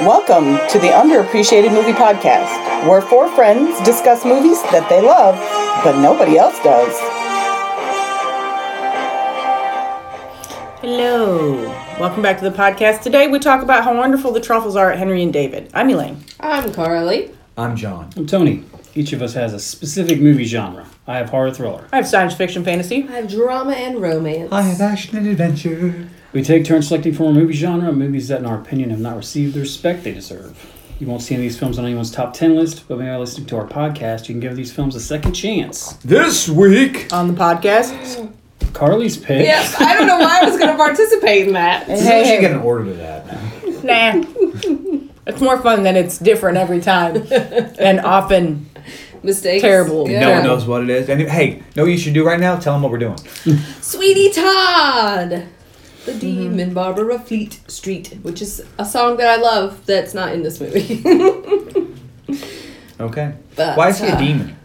Welcome to the Underappreciated Movie Podcast, where four friends discuss movies that they love, but nobody else does. Hello. Welcome back to the podcast. Today we talk about how wonderful the truffles are at Henry and David. I'm Elaine. I'm Carly. I'm John. I'm Tony. Each of us has a specific movie genre. I have horror thriller. I have science fiction fantasy. I have drama and romance. I have action and adventure. We take turns selecting from a movie genre, movies that, in our opinion, have not received the respect they deserve. You won't see any of these films on anyone's top 10 list, but by listening to our podcast, you can give these films a second chance. This week, On the podcast. Carly's pick. Yes, I don't know why I was going to participate in that. hey, should get an order to that. Nah. It's more fun than it's different every time. and often Mistakes. Terrible. Yeah. No one knows what it is. And hey, know what you should do right now? Tell them what we're doing. Sweetie Todd. The Demon Barbara Fleet Street, which is a song that I love that's not in this movie. Okay. But, Why is he a uh, demon?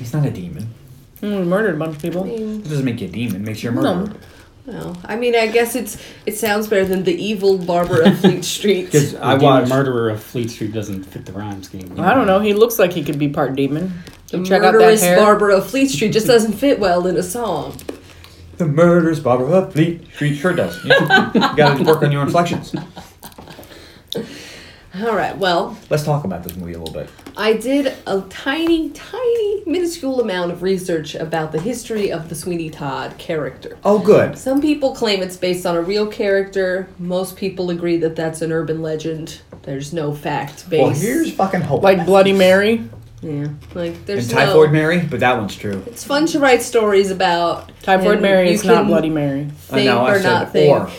He's not a demon. mm, we murdered a bunch of people. It doesn't make you a demon. It makes you a murderer. well, I mean, I guess it's it sounds better than the evil Barbara Fleet Street. Because I I watched. Murderer of Fleet Street doesn't fit the rhyme scheme. I don't know. He looks like he could be part demon. The Check out that murderous hair. Barbara Fleet Street just doesn't fit well in a song. the murders Barbara of Fleet Street sure does. You, you gotta work on your inflections. All right, well, Let's talk about this movie a little bit. I did a tiny, tiny, minuscule amount of research about the history of the Sweeney Todd character. Oh, good. Some people claim it's based on a real character. Most people agree that that's an urban legend. There's no fact base. Well, here's fucking hope. Like Bloody Mary. yeah, like there's and Typhoid no. Mary, but that one's true. It's fun to write stories about Typhoid and Mary you is not can Bloody Mary. I Think know, I or said not think or.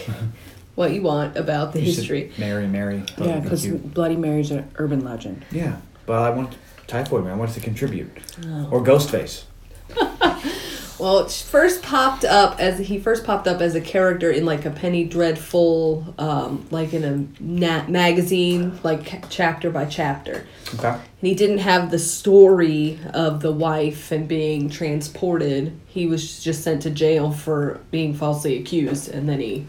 what you want about the You said history. Mary, Mary. Oh, Yeah, thank because you. Bloody Mary's an urban legend. Yeah, but I want Typhoid Man. I want us to contribute. Oh. Or Ghostface. Well, it first popped up as he first popped up as a character in like a Penny Dreadful, um, like in a na- magazine, like ca- chapter by chapter. Okay. And he didn't have the story of the wife and being transported. He was just sent to jail for being falsely accused, and then he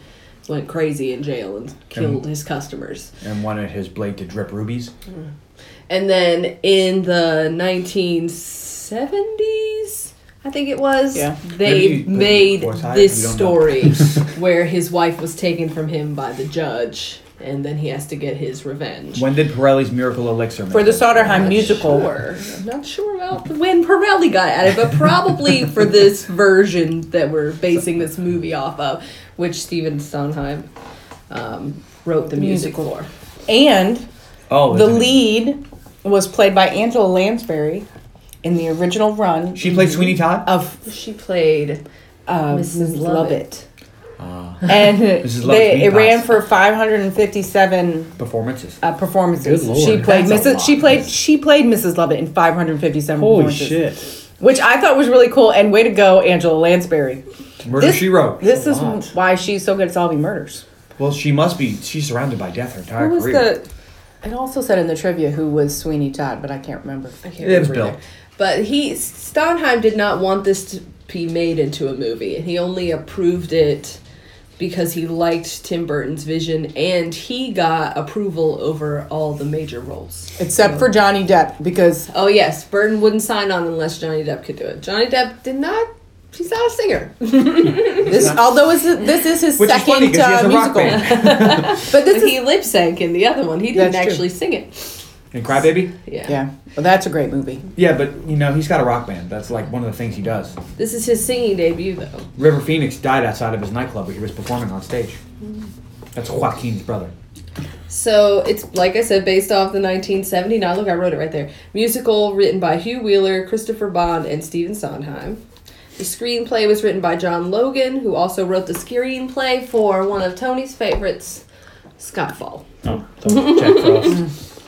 went crazy in jail and killed his customers. And wanted his blade to drip rubies. Mm. And then in the 1970s, I think it was, Yeah. they Maybe you put made more time, you this don't story where his wife was taken from him by the judge, and then he has to get his revenge. When did Pirelli's Miracle Elixir make For the it? Soderheim musical. Sure. I'm not sure about when Pirelli got at it, but probably for this version that we're basing this movie off of, which Steven Sondheim um, wrote the music for. And Oh, the isn't it? lead was played by Angela Lansbury in the original run She played Sweeney Todd? of She played uh, Mrs. Mrs. Lovett. Lovett. and Mrs. Ah. Lovett's they, meat it ran pies. for 557 Performances. uh, performances. Good lord. She played That's a Mrs. She lot. played she played Mrs. Lovett in 557 Holy performances. shit. Which I thought was really cool and way to go Angela Lansbury. Murder She Wrote. This A is lot. why she's so good at solving murders. Well, she must be. She's surrounded by death her entire Who was career. the? It also said in the trivia who was Sweeney Todd, but I can't remember. I can't It was remember Bill. either. But he Sondheim did not want this to be made into a movie, and he only approved it because he liked Tim Burton's vision, and he got approval over all the major roles. Except for Johnny Depp, because Oh yes, Burton wouldn't sign on unless Johnny Depp could do it. Johnny Depp did not. He's not a singer. this, although it's, this is his Which is second funny because he has uh, a rock musical, band. but this But is he lip sank in the other one. He didn't That's true. actually sing it. and Crybaby? Yeah. yeah. Well, that's a great movie. Yeah, but, you know, he's got a rock band. That's like one of the things he does. This is his singing debut, though. River Phoenix died outside of his nightclub where he was performing on stage. Mm. That's Joaquin's brother. So it's like I said, based off the 1979. Look, I wrote it right there. Musical written by Hugh Wheeler, Christopher Bond, and Stephen Sondheim. The screenplay was written by John Logan, who also wrote the screenplay for one of Tony's favorites, Skyfall. Oh, Jack Frost.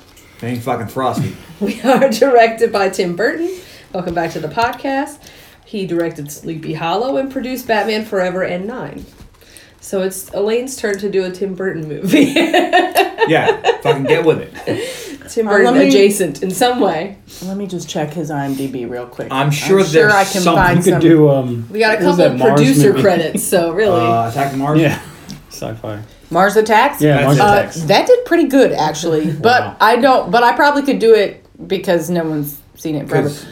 Named fucking Frosty. We are directed by Tim Burton. Welcome back to the podcast. He directed Sleepy Hollow and produced Batman Forever and Nine. So it's Elaine's turn to do a Tim Burton movie. Yeah, fucking get with it. Tim Uh, let Burton me- adjacent in some way. Let me just check his IMDb real quick. I'm sure there's I can some- find you You could some. do, um. We got a couple what was that of Mars producer movie? Oh, credits, so really. Uh, Attack on Mars? Yeah. Sci fi. Mars Attacks. Yeah, That's Mars it. Uh, Attacks. that did pretty good actually, but Wow. I don't. But I probably could do it because no one's seen it forever. Because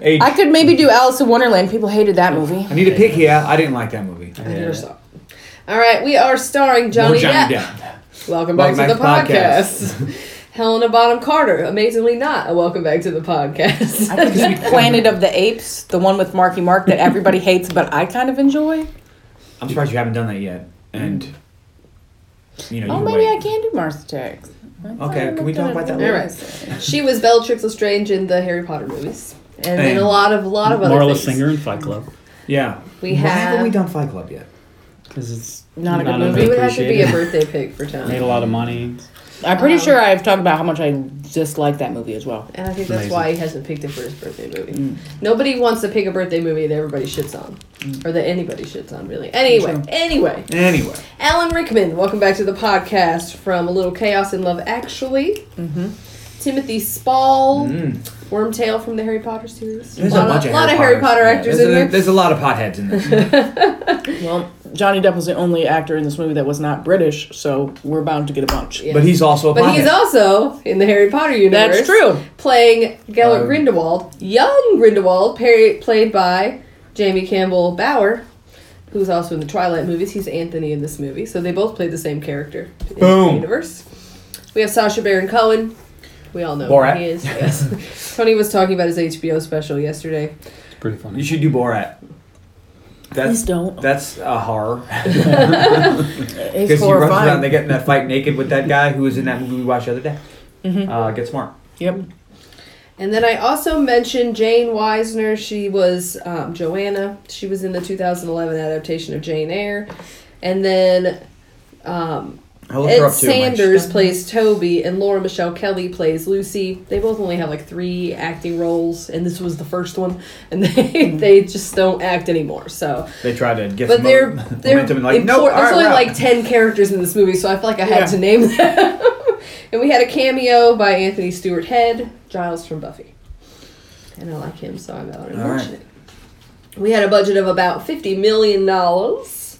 age. I could maybe do Alice in Wonderland. People hated that movie. I need a pick here. I didn't like that movie. I never saw. it. All right, we are starring More Johnny, Johnny Depp. Depp. Welcome back Welcome to the back to the podcast. Helena Bonham Carter, amazingly not a welcome back to the podcast. I could do Planet of the Apes, the one with Marky Mark that everybody hates, but I kind of enjoy. I'm surprised you haven't done that yet. And you know, Oh, you maybe wait. I can do Mars Attacks. Okay, can we talk about that later? she was Bellatrix Lestrange in the Harry Potter movies, and then a And lot of lot of other Marla things. Singer and Fight Club. Yeah. We Why have- haven't we done Fight Club yet? Because it's Not a good movie. It would have to be a appreciated. birthday pick for Tom. Made a lot of money. I'm pretty Um, sure I've talked about how much I dislike that movie as well. And I think that's why he hasn't picked it for his birthday movie. Mm. Nobody wants to pick a birthday movie that everybody shits on. Mm. Or that anybody shits on, really. Anyway, anyway. Anyway. Alan Rickman, welcome back to the podcast from A Little Chaos in Love Actually. Mm-hmm. Timothy Spall, Wormtail from the Harry Potter series. Mm. There's lot a bunch of, lot Harry Potter Yeah, actors there's in a, there. There's a lot of potheads in this. Well, Johnny Depp was the only actor in this movie that was not British, so we're bound to get a bunch. Yeah. But he's also a But pothead. he's also in the Harry Potter universe. That's true. Playing Gellert Um, Grindelwald, young Grindelwald, par- played by Jamie Campbell Bower, who's also in the Twilight movies. He's Anthony in this movie, so they both played the same character in the Boom. universe. We have Sasha Baron Cohen. We all know Borat. who he is. Yes. Tony was talking about his HBO special yesterday. It's pretty You funny. should do Borat. That's, Please don't. That's a horror. It's Because he runs around, they horrifying. get in that fight naked with that guy who was in that movie we watched the other day. Mm-hmm. Uh, get smart. Yep. And then I also mentioned Jane Weisner. She was um, Joanna. She was in the 2011 adaptation of Jane Eyre. And then um, I'll look her Ed up too. Mike. Sanders plays Toby, and Laura Michelle Kelly plays Lucy. They both only have like three acting roles, and this was the first one. And they they just don't act anymore. So, They try to get but some they're mo- they're momentum and like, no, impor- there's only all right, like ten characters in this movie, so I feel like I had Yeah. to name them. and we had a cameo by Anthony Stewart Head, Giles from Buffy, and I like him, so I'm out and All right. watching it. We had a budget of about fifty million dollars,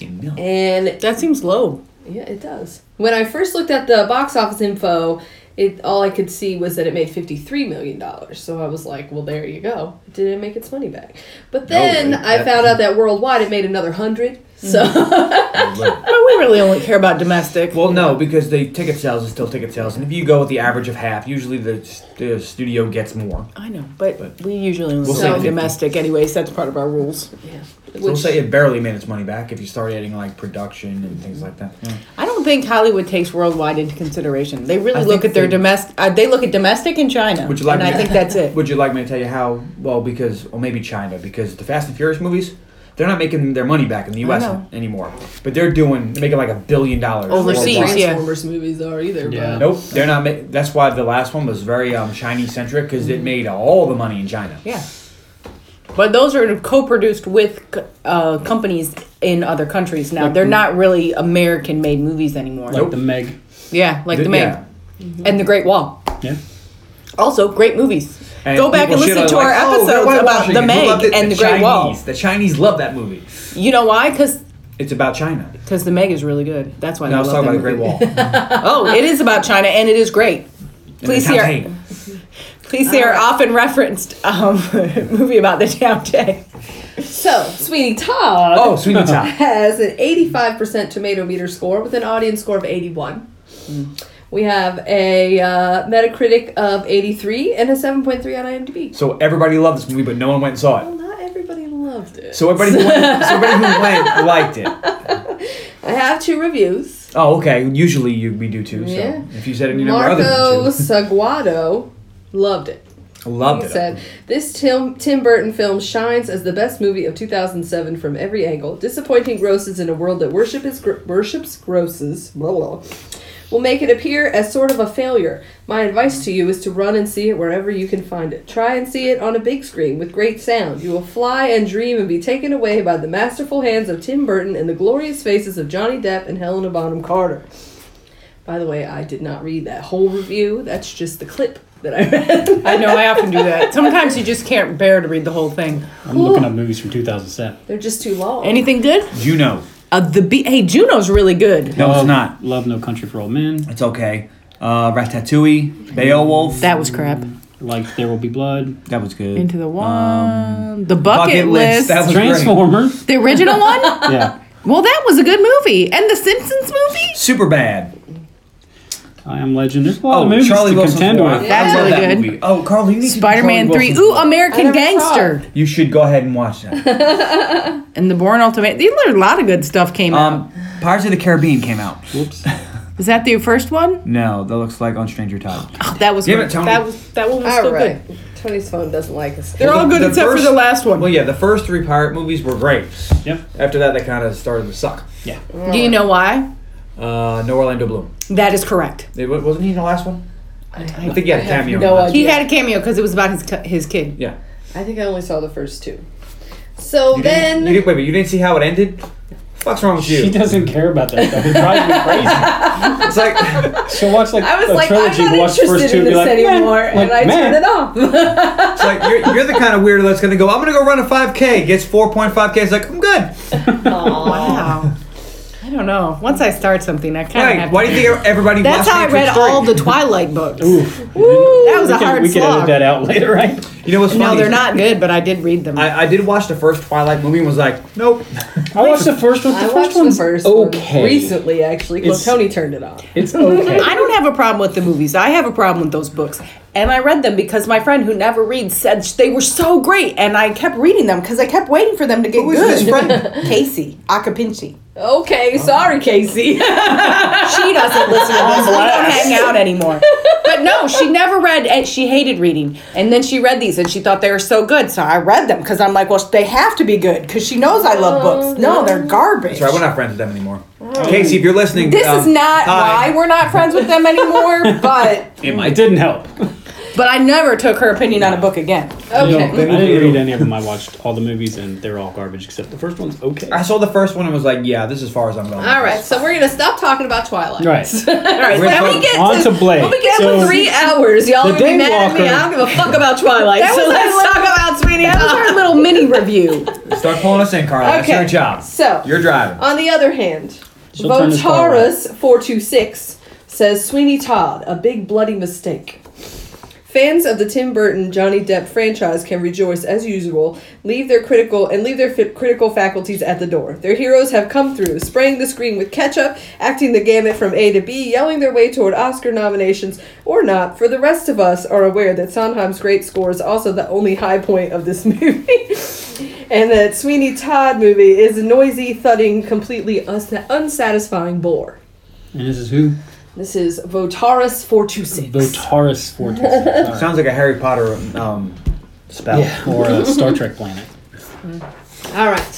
we're out. and That seems low. yeah, it does. When I first looked at the box office info, it all I could see was that it made fifty three million dollars. So I was like, well, there you go. It didn't make its money back. But then way. I That- found out that worldwide it made another hundred. Mm-hmm. So But we really only care about domestic. Well, no, because the ticket sales is still ticket sales, and if you go with the average of half, usually the, the studio gets more. I know, but, But- we usually only We'll care say about fifty. domestic anyways. That's part of our rules. yeah, So we'll which say it barely made its money back if you start adding like production and things like that. Yeah. I don't think Hollywood takes worldwide into consideration. They really I look think at their they- domestic. Uh, they look at domestic in China, Would you like and me I to- think that's it. Would you like me to tell you how? Well, because or maybe China, because the Fast and Furious movies, they're not making their money back in the U.S. know. anymore, but they're doing they're making like a billion dollars Overseas, worldwide. yeah. Transformers movies are either. Yeah. But Nope, they're not. Ma- that's why the last one was very um, Chinese centric because it made all the money in China. Yeah. But those are co-produced with uh, companies in other countries now. They're not really American-made movies anymore. Like the Meg. Yeah, like Th- the Meg yeah. and the Great Wall. Yeah. Also, great movies. And Go back and people shit listen on to our it, like, "Oh, episodes they're about whitewashing the it. Who loved Meg it? and the, Great Chinese. Wall. The Chinese love that movie. You know why? Because It's about China. the Meg is really good. That's why And I was they love talking about that the Great movie. Wall. And Oh, it is about China and it is great. Please the hear. Tang. Please hear our often referenced um, movie about the town day. So Sweeney Todd Oh, Sweeney Todd. has an eighty-five percent tomato meter score with an audience score of eighty-one. Mm. We have a uh, Metacritic of eighty-three and a seven point three on IMDb. So everybody loved this movie, but no one went and saw it. Well, not everybody loved it. So everybody who went, so everybody who went liked it. I have two reviews. Oh, okay. Usually you, we do too. So Yeah. if you said any number other Marco than Saguado loved it. two, loved He it. said, This Tim, Tim Burton film shines as the best movie of 2007 from every angle. Disappointing grosses in a world that worship is gr- worships grosses blah, blah, will make it appear as sort of a failure. My advice to you is to run and see it wherever you can find it. Try and see it on a big screen with great sound. You will fly and dream and be taken away by the masterful hands of Tim Burton and the glorious faces of Johnny Depp and Helena Bonham Carter. By the way, I did not read that whole review. That's just the clip that I read. I know I often do that. Sometimes you just can't bear to read the whole thing. I'm looking up movies from 2007. They're just too long. Anything good? You know. Uh, the B- hey, Juno's really good. No, Love- it's not. Love No Country for Old Men. It's okay. Uh, Ratatouille, Beowulf. That was crap. Like There Will Be Blood. That was good. Into the one, Um, the bucket, Bucket list, List, that was- great. Transformers. the original one. yeah. Well, that was a good movie, and the Simpsons movie. Super bad. I Am Legend. There's a lot of movies Oh, to contend with. That's really good. Oh, Carl, you need to see Spider-Man Charlie Three, Wilson's ooh, um, War. American I never saw Gangster, You should go ahead and watch that. and the Bourne Ultimate. These are a lot of good stuff came out. Um, Pirates of the Caribbean came out. Whoops. Is that the first one? No, that looks like on Stranger Tides. Oh, that was Give good. it, Tony. that was that one was All still right. good. Tony's phone doesn't like us. They're all Oh, good The except first- for the last one. Well, yeah, the first three pirate movies were great. Yep. After that, they kind of started to suck. Yeah. Do you know why? Uh, no Orlando Bloom. That is correct. They- wa- wasn't he in the last one? I think he had a cameo. no idea. He had a cameo because it was about his t- his kid. Yeah. I think I only saw the first two. So You then, didn't, you didn't, wait, but you didn't see how it ended? Fuck's wrong with She you? doesn't care about that stuff. It drives me crazy. It's like She'll watch like I was a like, trilogy, I'm not watch the first interested two, in and be this like, "Meh." anymore, Like, and I "Meh." turned it off. It's like you're, you're the kind of weirdo that's gonna go. I'm gonna go run a 5k. Gets 4.5k. It's like I'm good. Wow. I don't know. Once I start something, I kind of Right? have Why to. do you think everybody? That's watched how I read Matrix all 3? the Twilight books. Oof. That was we a can, hard we can edit slog. that out later, right? You know what's funny? No, is they're not good, but I did read them. I, I did watch the first Twilight movie and was like, nope. I watched the first one. The I first watched the one's first okay. one recently, actually. Well, It's- Tony turned it on. It's okay. I don't have a problem with the movies. I have a problem with those books. And I read them because my friend who never reads said sh- they were so great. And I kept reading them because I kept waiting for them to get Who is good. this friend? Casey Acapinci. Okay, sorry, Casey. She doesn't listen to this. We don't hang out anymore. But no, she never read and she hated reading. And then she read these and she thought they were so good. So I read them because I'm like, well, they have to be good because she knows I love books. No, they're garbage. Sorry, we're not friends with them anymore. Casey, if you're listening, Oh. This um, is not hi. why we're not friends with them anymore, but it didn't help. but I never took her opinion on a book again. I Okay. didn't read any of them. I watched all the movies, and they're all garbage except the first one's okay. I saw the first one and was like, yeah, this is as far as I'm going. All right, so we're gonna stop talking about Twilight. Right. All right, We're let me talking- get On to Blake. Let me get So- to For three. three hours, y'all The are gonna be mad at me. Daywalker- I don't give a fuck about Twilight. That so was let's our talk little- about Sweeney That was Todd. our little mini review. Start pulling us in, Carla. Okay. That's your job. So- you're driving. Uh, On the other hand, She'll turn this car Votarus426 says Sweeney Todd, a big bloody mistake. Fans of the Tim Burton Johnny Depp franchise can rejoice as usual, leave their critical and leave their fi- critical faculties at the door. Their heroes have come through, spraying the screen with ketchup, acting the gamut from A to B, yelling their way toward Oscar nominations or not. For the rest of us are aware that Sondheim's great score is also the only high point of this movie, and that Sweeney Todd movie is a noisy, thudding, completely uns- unsatisfying bore. and this is who? This is Votarus four two six. Votaris Fortis. All right. Sounds like a Harry Potter um, spell. Yeah, or uh, Star Trek planet. All right.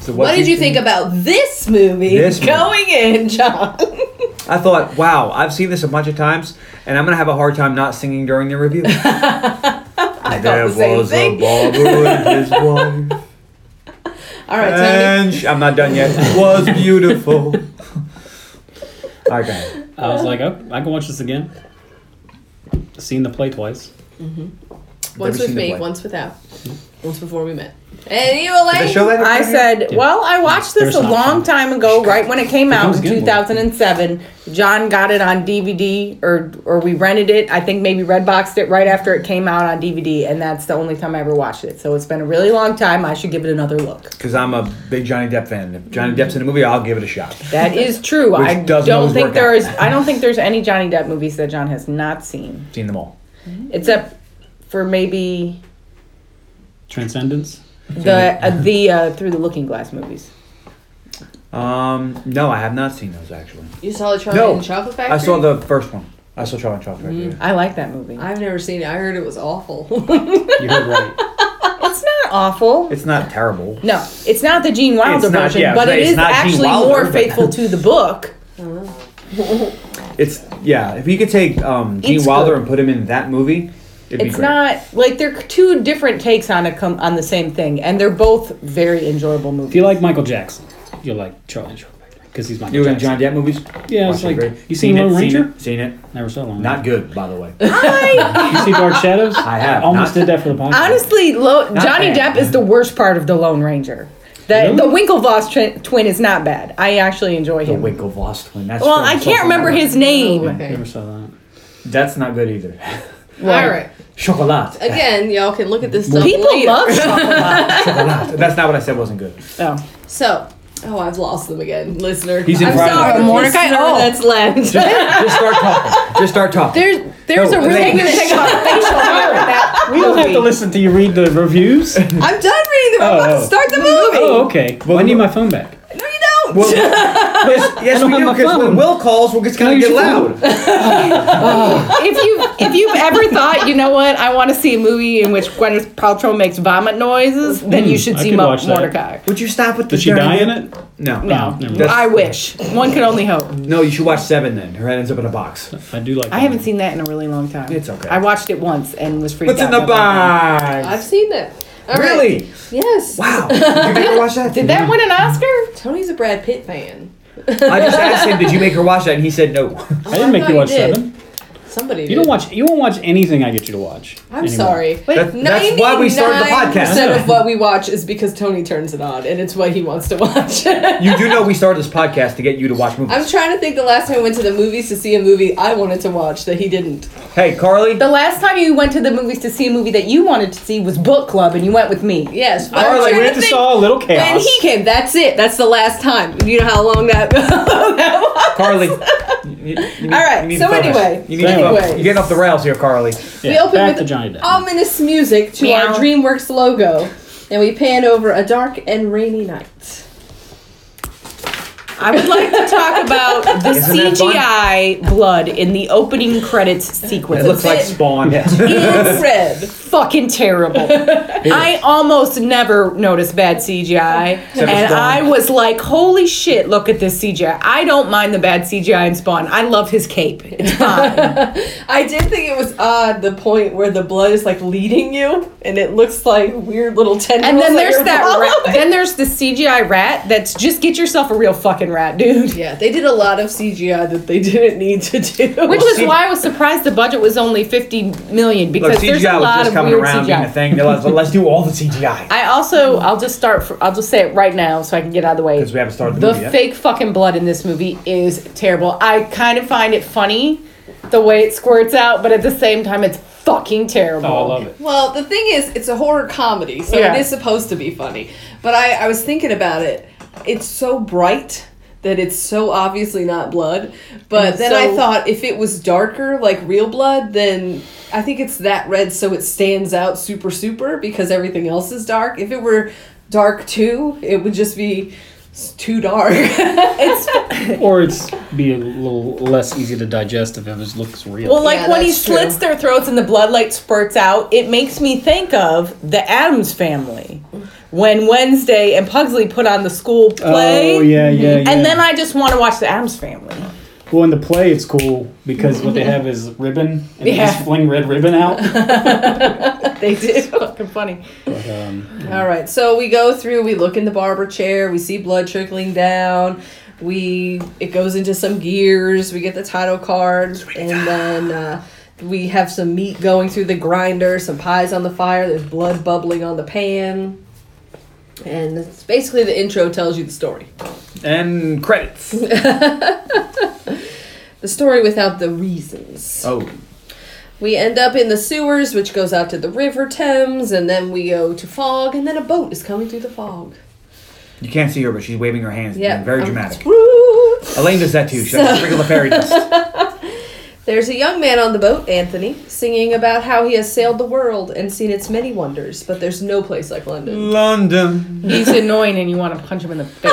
So What did you think about this movie This movie. going in, John? I thought, wow, I've seen this a bunch of times, and I'm gonna have a hard time not singing during the review. I thought the same thing. barber and his wife, All right, Tony. and she- I'm not done yet. Was beautiful. okay. I was like, oh, I can watch this again. Seen the play twice. Once Never with seen the me, play. Hmm. once without. Once before we met. And you, Elaine. Did I show that? in I front of you? said, well, I watched this There's a not long fun. time ago, right when it came out comes in again, 2007. John got it on DVD, or or we rented it. I think maybe Redboxed it right after it came out on DVD, and that's the only time I ever watched it. So it's been a really long time. I should give it another look. Because I'm a big Johnny Depp fan. If Johnny Depp's in a movie, I'll give it a shot. That is true. Which I doesn't don't always think work there out. is. I don't think there's any Johnny Depp movies that John has not seen, Seen them all. except for maybe Transcendence. the uh, the uh, Through the Looking Glass movies. Um, no, I have not seen those actually. You saw Oh, Charlie No, and the Chocolate Factory? I saw the first one. I saw Charlie and the Chocolate Factory. yeah. I like that movie. I've never seen it. I heard it was awful. You heard right. It's not awful. It's not terrible. No, it's not the Gene Wilder It's not- version, yeah, but it it's is not Gene actually Wilder, more but- faithful to the book. It's yeah. If you could take um, Gene It's Wilder good. and put him in that movie, it'd be It's great. not like they're two different takes on a com- on the same thing, and they're both very enjoyable movies. If you like Michael Jackson, you'll like Charlie because he's Michael You in John Jackson. Depp movies? Yeah, it's Watch it, like- great. you seen Lone it, seen Ranger? it, seen it. Never saw long. Not good, by the way. you see Dark Shadows. I have almost not. did that for the podcast. Honestly, Lo- Johnny bad. Depp is the worst part of the Lone Ranger. The, the Winklevoss twi- twin is not bad. I actually enjoy The him. Winklevoss twin. That's well, from I can't Chocolate remember Lab. his name. Oh, okay. Never saw that. That's not good either. All right. Chocolat. Again, y'all can look at this stuff People later. love chocolate. Chocolat. That's not what I said wasn't good. oh. So, oh, I've lost them again, listener. He's in I'm Friday. sorry, Oh, Mordecai? Mordecai. Oh. That's left. Just start talking. Just start talking. There's there's No, a really they- good thing about facial hair in that We don't have to movie. listen to you read the reviews. I'm done reading them. I'm Oh, about oh. to start the movie. oh, okay. Well, I need my phone back. No, you don't. Well, yes, yes, don't we have do. my Because when phone. Will calls, we're just gonna Can I get use your loud. If you if you've ever thought, you know what, I want to see a movie in which Gwyneth Paltrow makes vomit noises, then Hmm, you should I see could Mo- watch that. Mordecai. Would you stop with the? Did she dirty- die in it? No, No, Never I wish. One could only hope. No, you should watch Seven then. Her head ends up in a box. I do like. I haven't seen that in a really long time. It's okay. I watched it once and was freaked What's in out. by the that. I've box? seen that. All right. Really? Yes. Wow. Did you ever watch that? Did that win an Oscar? Tony's a Brad Pitt fan. I just asked him, did you make her watch that? And he said no. I didn't make thought you watch did. Seven. Somebody. You don't watch. You won't watch anything I get you to watch. I'm anymore. sorry. That- that's why we started the podcast. 99% of what we watch is because Tony turns it on, and it's what he wants to watch. You do know we started this podcast to get you to watch movies. I'm trying to think the last time I went to the movies to see a movie I wanted to watch that he didn't. hey, Carly. The last time you went to the movies to see a movie that you wanted to see was book club, and you went with me. Yes. I'm Carly, trying We went to think saw a little When chaos. he came, that's it. That's the last time. You know how long that. that was? Carly. You, you need, All right, you need so to focus. anyway, You need to anyway. focus. You're getting off the rails here, Carly. Yeah, we open back with to Johnny Depp. ominous music to our Meow. DreamWorks logo, and we pan over a dark and rainy night. I would like to talk about the Isn't that fun? CGI blood in the opening credits sequence. It looks like Spawn. It's red. fucking terrible. I almost never notice bad CGI, Except and Spawn. I was like, "Holy shit! Look at this CGI." I don't mind the bad CGI in Spawn. I love his cape. It's fine. I did think it was odd the point where the blood is like leading you, and it looks like weird little tendrils. and then that there's you're that. Rat, following. then there's the CGI rat. That's just get yourself a real fucking rat, dude. yeah, they did a lot of CGI that they didn't need to do. Which is C- why I was surprised the budget was only fifty million Look, because there's CGI a was lot just of coming weird around being a CGI. thing. They're like, let's do all the CGI. I also, I'll just start. For, I'll just say it right now, so I can get out of the way. Because we haven't started the, The movie yet. fake fucking blood in this movie is terrible. I kind of find it funny the way it squirts out, but at the same time, it's fucking terrible. Oh, I love it. Well, the thing is, it's a horror comedy, so Yeah. it is supposed to be funny. But I, I was thinking about it. It's so bright that it's so obviously not blood. But And then so- I thought if it was darker, like real blood, then I think it's that red so it stands out super, super because everything else is dark. If it were dark too, it would just be s- too dark. Or it's be a little less easy to digest if it was, looks real. Well, like Yeah, when he that's true. slits their throats and the bloodlight spurts out, it makes me think of the Adams family when Wednesday and Pugsley put on the school play. Oh yeah, yeah, yeah. And then I just want to watch the Adams family. well, in the play, it's cool because what they have is ribbon, and they Yeah. just fling red ribbon out. They did. fucking funny. But, um, All right, so we go through. We look in the barber chair. We see blood trickling down. We it goes into some gears. We get the title card, and then uh, we have some meat going through the grinder. Some pies on the fire. There's blood bubbling on the pan, and it's basically the intro tells you the story. And credits. The story without the reasons. oh. We end up in the sewers, which goes out to the River Thames, and then we go to fog, and then a boat is coming through the fog. You can't see her, but she's waving her hands. Yeah, Yeah. Very um, dramatic. Woo! Elaine does that too. She has a sprinkle of fairy dust. There's a young man on the boat, Anthony, singing about how he has sailed the world and seen its many wonders, but there's no place like London. London, He's annoying and you want to punch him in the face.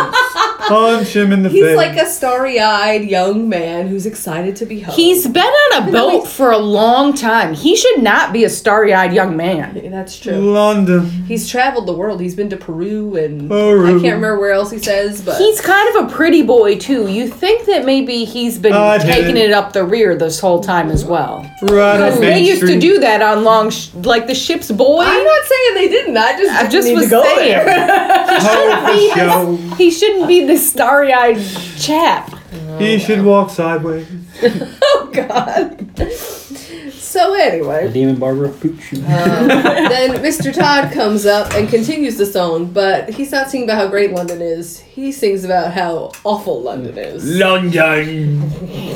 punch him in the He's like a starry eyed young man who's excited to be home. He's been on a boat for a long time. He should not be a starry eyed young man. That's true. London. He's traveled the world. He's been to Peru and Peru. I can't remember where else he says, but He's kind of a pretty boy, too. You think that maybe he's been Oh, I did taking it. it up the rear this whole time as well. Right Because they used to do that on long, sh- like the ship's boy. I'm not saying they didn't. I just, I didn't just need was to go saying. there. he, has- he shouldn't be this starry eyed chap. He should walk sideways. God. So anyway, The demon Barbara Pooch. then Mr. Todd comes up and continues the song, but he's not singing about how great London is. He sings about how awful London is. London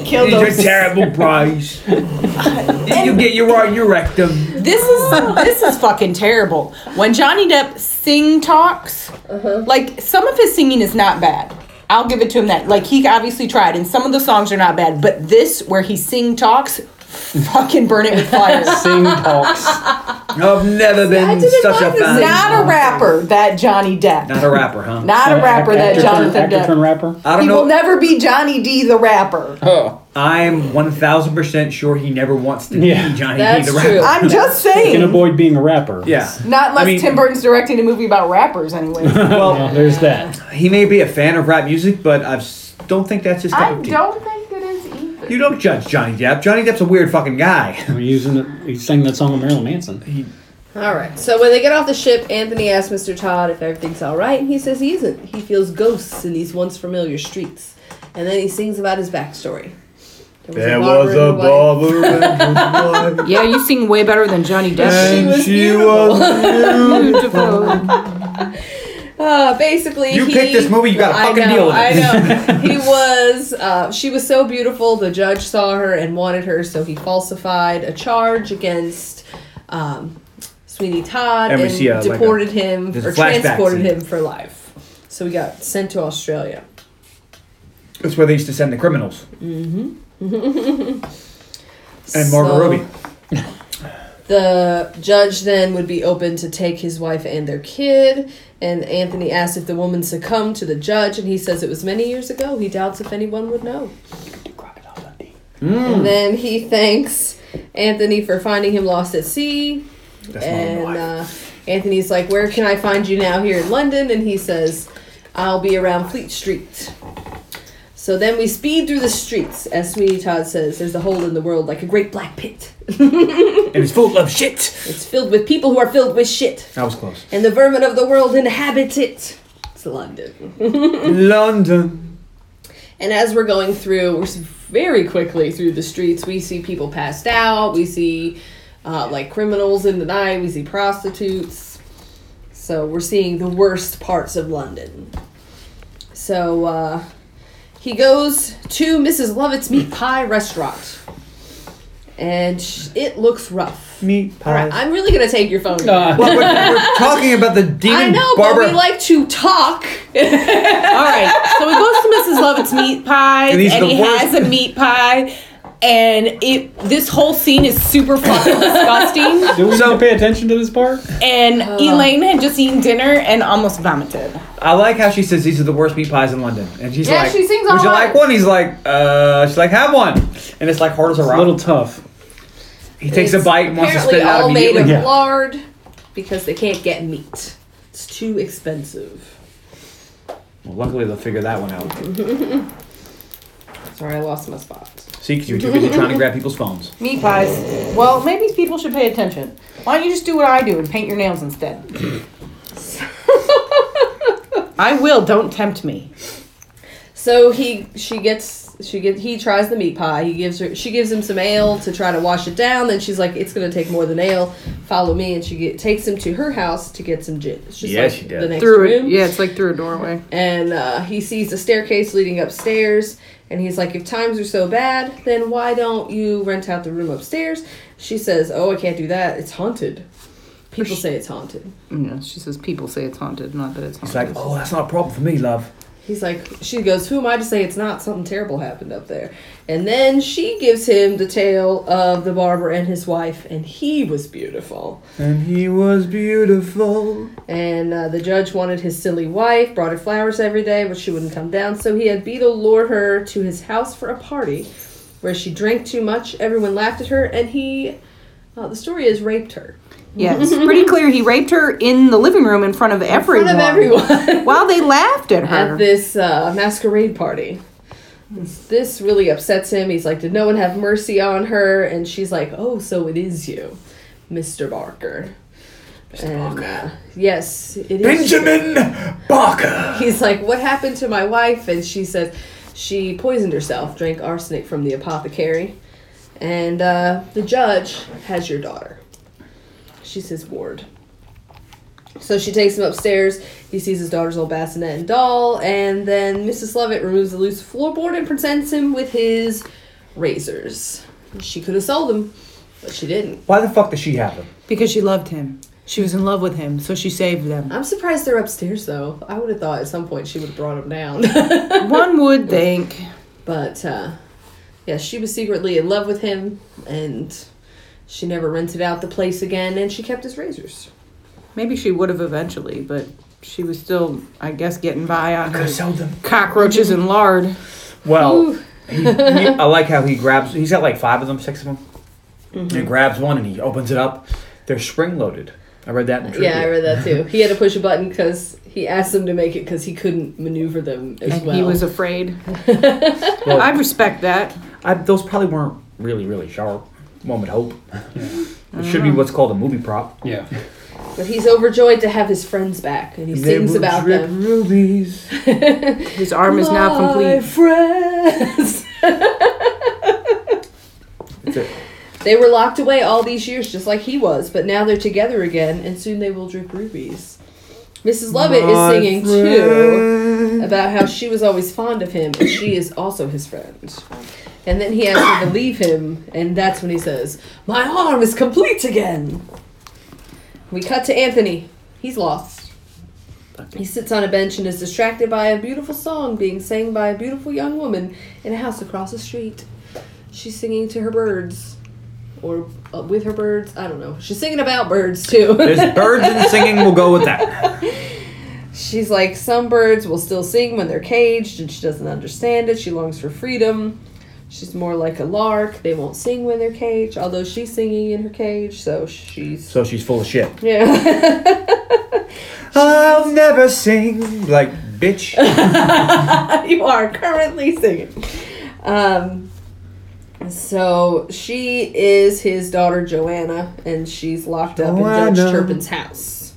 Kill is a those. terrible price. you get your right your rectum. This is this is fucking terrible. When Johnny Depp sing talks, like some of his singing is not bad. I'll give it to him that. Like he obviously tried, and some of the songs are not bad. But this, where he sing talks, fucking burn it with fire. Sing talks. I've never been didn't such a like this. fan. not a rapper, that Johnny Depp. Not a rapper, huh? Not a rapper, that Actor turned- Jonathan Actor turned Depp. rapper. I don't He know. will never be Johnny D the rapper. Oh. I'm 1000% sure he never wants to Yeah. be Johnny That's D. The rapper. true. I'm just Can saying. avoid being a rapper. Yeah. Not unless I mean- Tim Burton's directing a movie about rappers, anyway. Well, Well, there's that. he may be a fan of rap music, but I s- don't think that's his I type of tea. don't think it is e- either. You don't judge Johnny Depp. Johnny Depp's a weird fucking guy. We're using it. He sang that song with Marilyn Manson. All right. So when they get off the ship, Anthony asks Mr. Todd if everything's all right, and he says he isn't. He feels ghosts in these once familiar streets, and then he sings about his backstory. There barber in Hawaii. barber Yeah, you sing way better than Johnny She was beautiful. Uh, basically, You he- picked this movie, you gotta I fucking know, deal with it. I know. he was. Uh, she was so beautiful. The judge saw her and wanted her, so he falsified a charge against um, Sweeney Todd And and, we see, uh, like a- deported him there's a or flashback transported scene. him for life. So he got sent to Australia. That's where they used to send the criminals. And Margot So- Robbie. The judge then would be open to take his wife and their kid. And Anthony asked if the woman succumbed to the judge, and he says it was many years ago. He doubts if anyone would know. Mm. And then he thanks Anthony for finding him lost at sea. That's and my wife. uh, Anthony's like, Where can I find you now here in London? And he says, I'll be around Fleet Street. So then we speed through the streets, as Sweeney Todd says, there's a hole in the world like a great black pit. And it's full of shit. It's filled with people who are filled with shit, That was close. and the vermin of the world inhabit it. It's London. London. And as we're going through, we're s- very quickly through the streets. We see people passed out. We see uh, like criminals in the night. We see prostitutes. So we're seeing the worst parts of London. So uh, he goes to Mrs. Lovett's meat pie restaurant, and sh- it looks rough. Meat All right, pie. I'm really gonna take your phone. Well, Uh, we're, we're talking about the demon I know, barber. but we like to talk. All right. So he goes to Mrs. Lovett's meat pie, And and, he's the he worst. has a meat pie, and it. This whole scene is super fucking disgusting. do we So- need to pay attention to this part? And Elaine had just eaten dinner and almost vomited. I like how she says these are the worst meat pies in London, and she's Yeah, like, she sings "Would all you right. like one?" He's like, "Uh," she's like, "Have one," and it's like hard as a It's a rock. little tough. he takes a It's bite and wants to apparently spit it out all made immediately. of Yeah. lard because they can't get meat. It's too expensive. Well, luckily, they'll figure that one out. Sorry, I lost my spot. See, 'cause you're too busy trying to grab people's phones. Meat pies. Well, maybe people should pay attention. Why don't you just do what I do and paint your nails instead? I will. Don't tempt me. So he, she gets, she get, he tries the meat pie. He gives her, she gives him some ale to try to wash it down. Then she's like, "It's gonna take more than ale. Follow me." And she get, takes him to her house to get some gin. It's just Yeah, like she did. The next room. it's like through a doorway. and uh, he sees a staircase leading upstairs and he's like if times are so bad then why don't you rent out the room upstairs she says oh i can't do that it's haunted people say it's haunted Yeah, she says people say it's haunted, not that it's It's like, "Oh, that's not a problem for me, love." he's like she goes who am i to say it's not something terrible happened up there and then she gives him the tale of the barber and his wife and he was beautiful And he was beautiful. and uh, the judge wanted his silly wife brought her flowers every day but she wouldn't come down so he had beetle lure her to his house for a party where she drank too much everyone laughed at her and he uh, the story is raped her Yeah, it's pretty clear he raped her in the living room in front of in everyone. front of everyone While they laughed at her. at this uh, masquerade party this really upsets him he's like did no one have mercy on her and she's like oh so it is you mr barker and uh, yes it is you. Benjamin Barker. He's like, What happened to my wife? And she says, She poisoned herself, drank arsenic from the apothecary. And uh, the judge has your daughter. She's his ward. So she takes him upstairs. He sees his daughter's old bassinet and doll, and then Mrs. Lovett removes the loose floorboard and presents him with his razors. She could have sold them, but she didn't. Why the fuck does she have them? Because she loved him. She was in love with him, so she saved them. I'm surprised they're upstairs though. I would have thought at some point she would have brought them down. One would think. but uh, yeah, she was secretly in love with him, and she never rented out the place again, and she kept his razors. Maybe she would have eventually, but she was still, I guess, getting by on her them. cockroaches and lard. Well, he, he- I like how he grabs. He's got like five of them, six of them. And Mm-hmm. he grabs one and he opens it up. They're spring loaded. I read that. In trivia. Yeah, I read that too. He had to push a button because he asked them to make it because he couldn't maneuver them as And well. he was afraid. Well, I respect that. I, those probably weren't really, really sharp. One would hope. It should Mm-hmm. be what's called a movie prop. Yeah. but he's overjoyed to have his friends back, and he sings They will about drip them. Rubies. His arm is now My complete. friends. That's it. They were locked away all these years, just like he was, but now they're together again, and soon they will drip rubies. Mrs. Lovett My is singing too friend. about how she was always fond of him, and she is also his friend. And then he asks her to leave him, and that's when he says, My arm is complete again. We cut to Anthony. He's lost. He sits on a bench and is distracted by a beautiful song being sang by a beautiful young woman in a house across the street. She's singing to her birds. Or uh, with her birds. I don't know. She's singing about birds too. There's birds and singing. We'll go with that. She's like, some birds will still sing when they're caged, and she doesn't understand it. She longs for freedom. She's more like a lark. They won't sing when they're caged, although she's singing in her cage, so she's. So she's full of shit. Yeah. I'll never sing like bitch. you are currently singing. Um, so she is his daughter Joanna, and she's locked up in Judge Joanna. Turpin's house.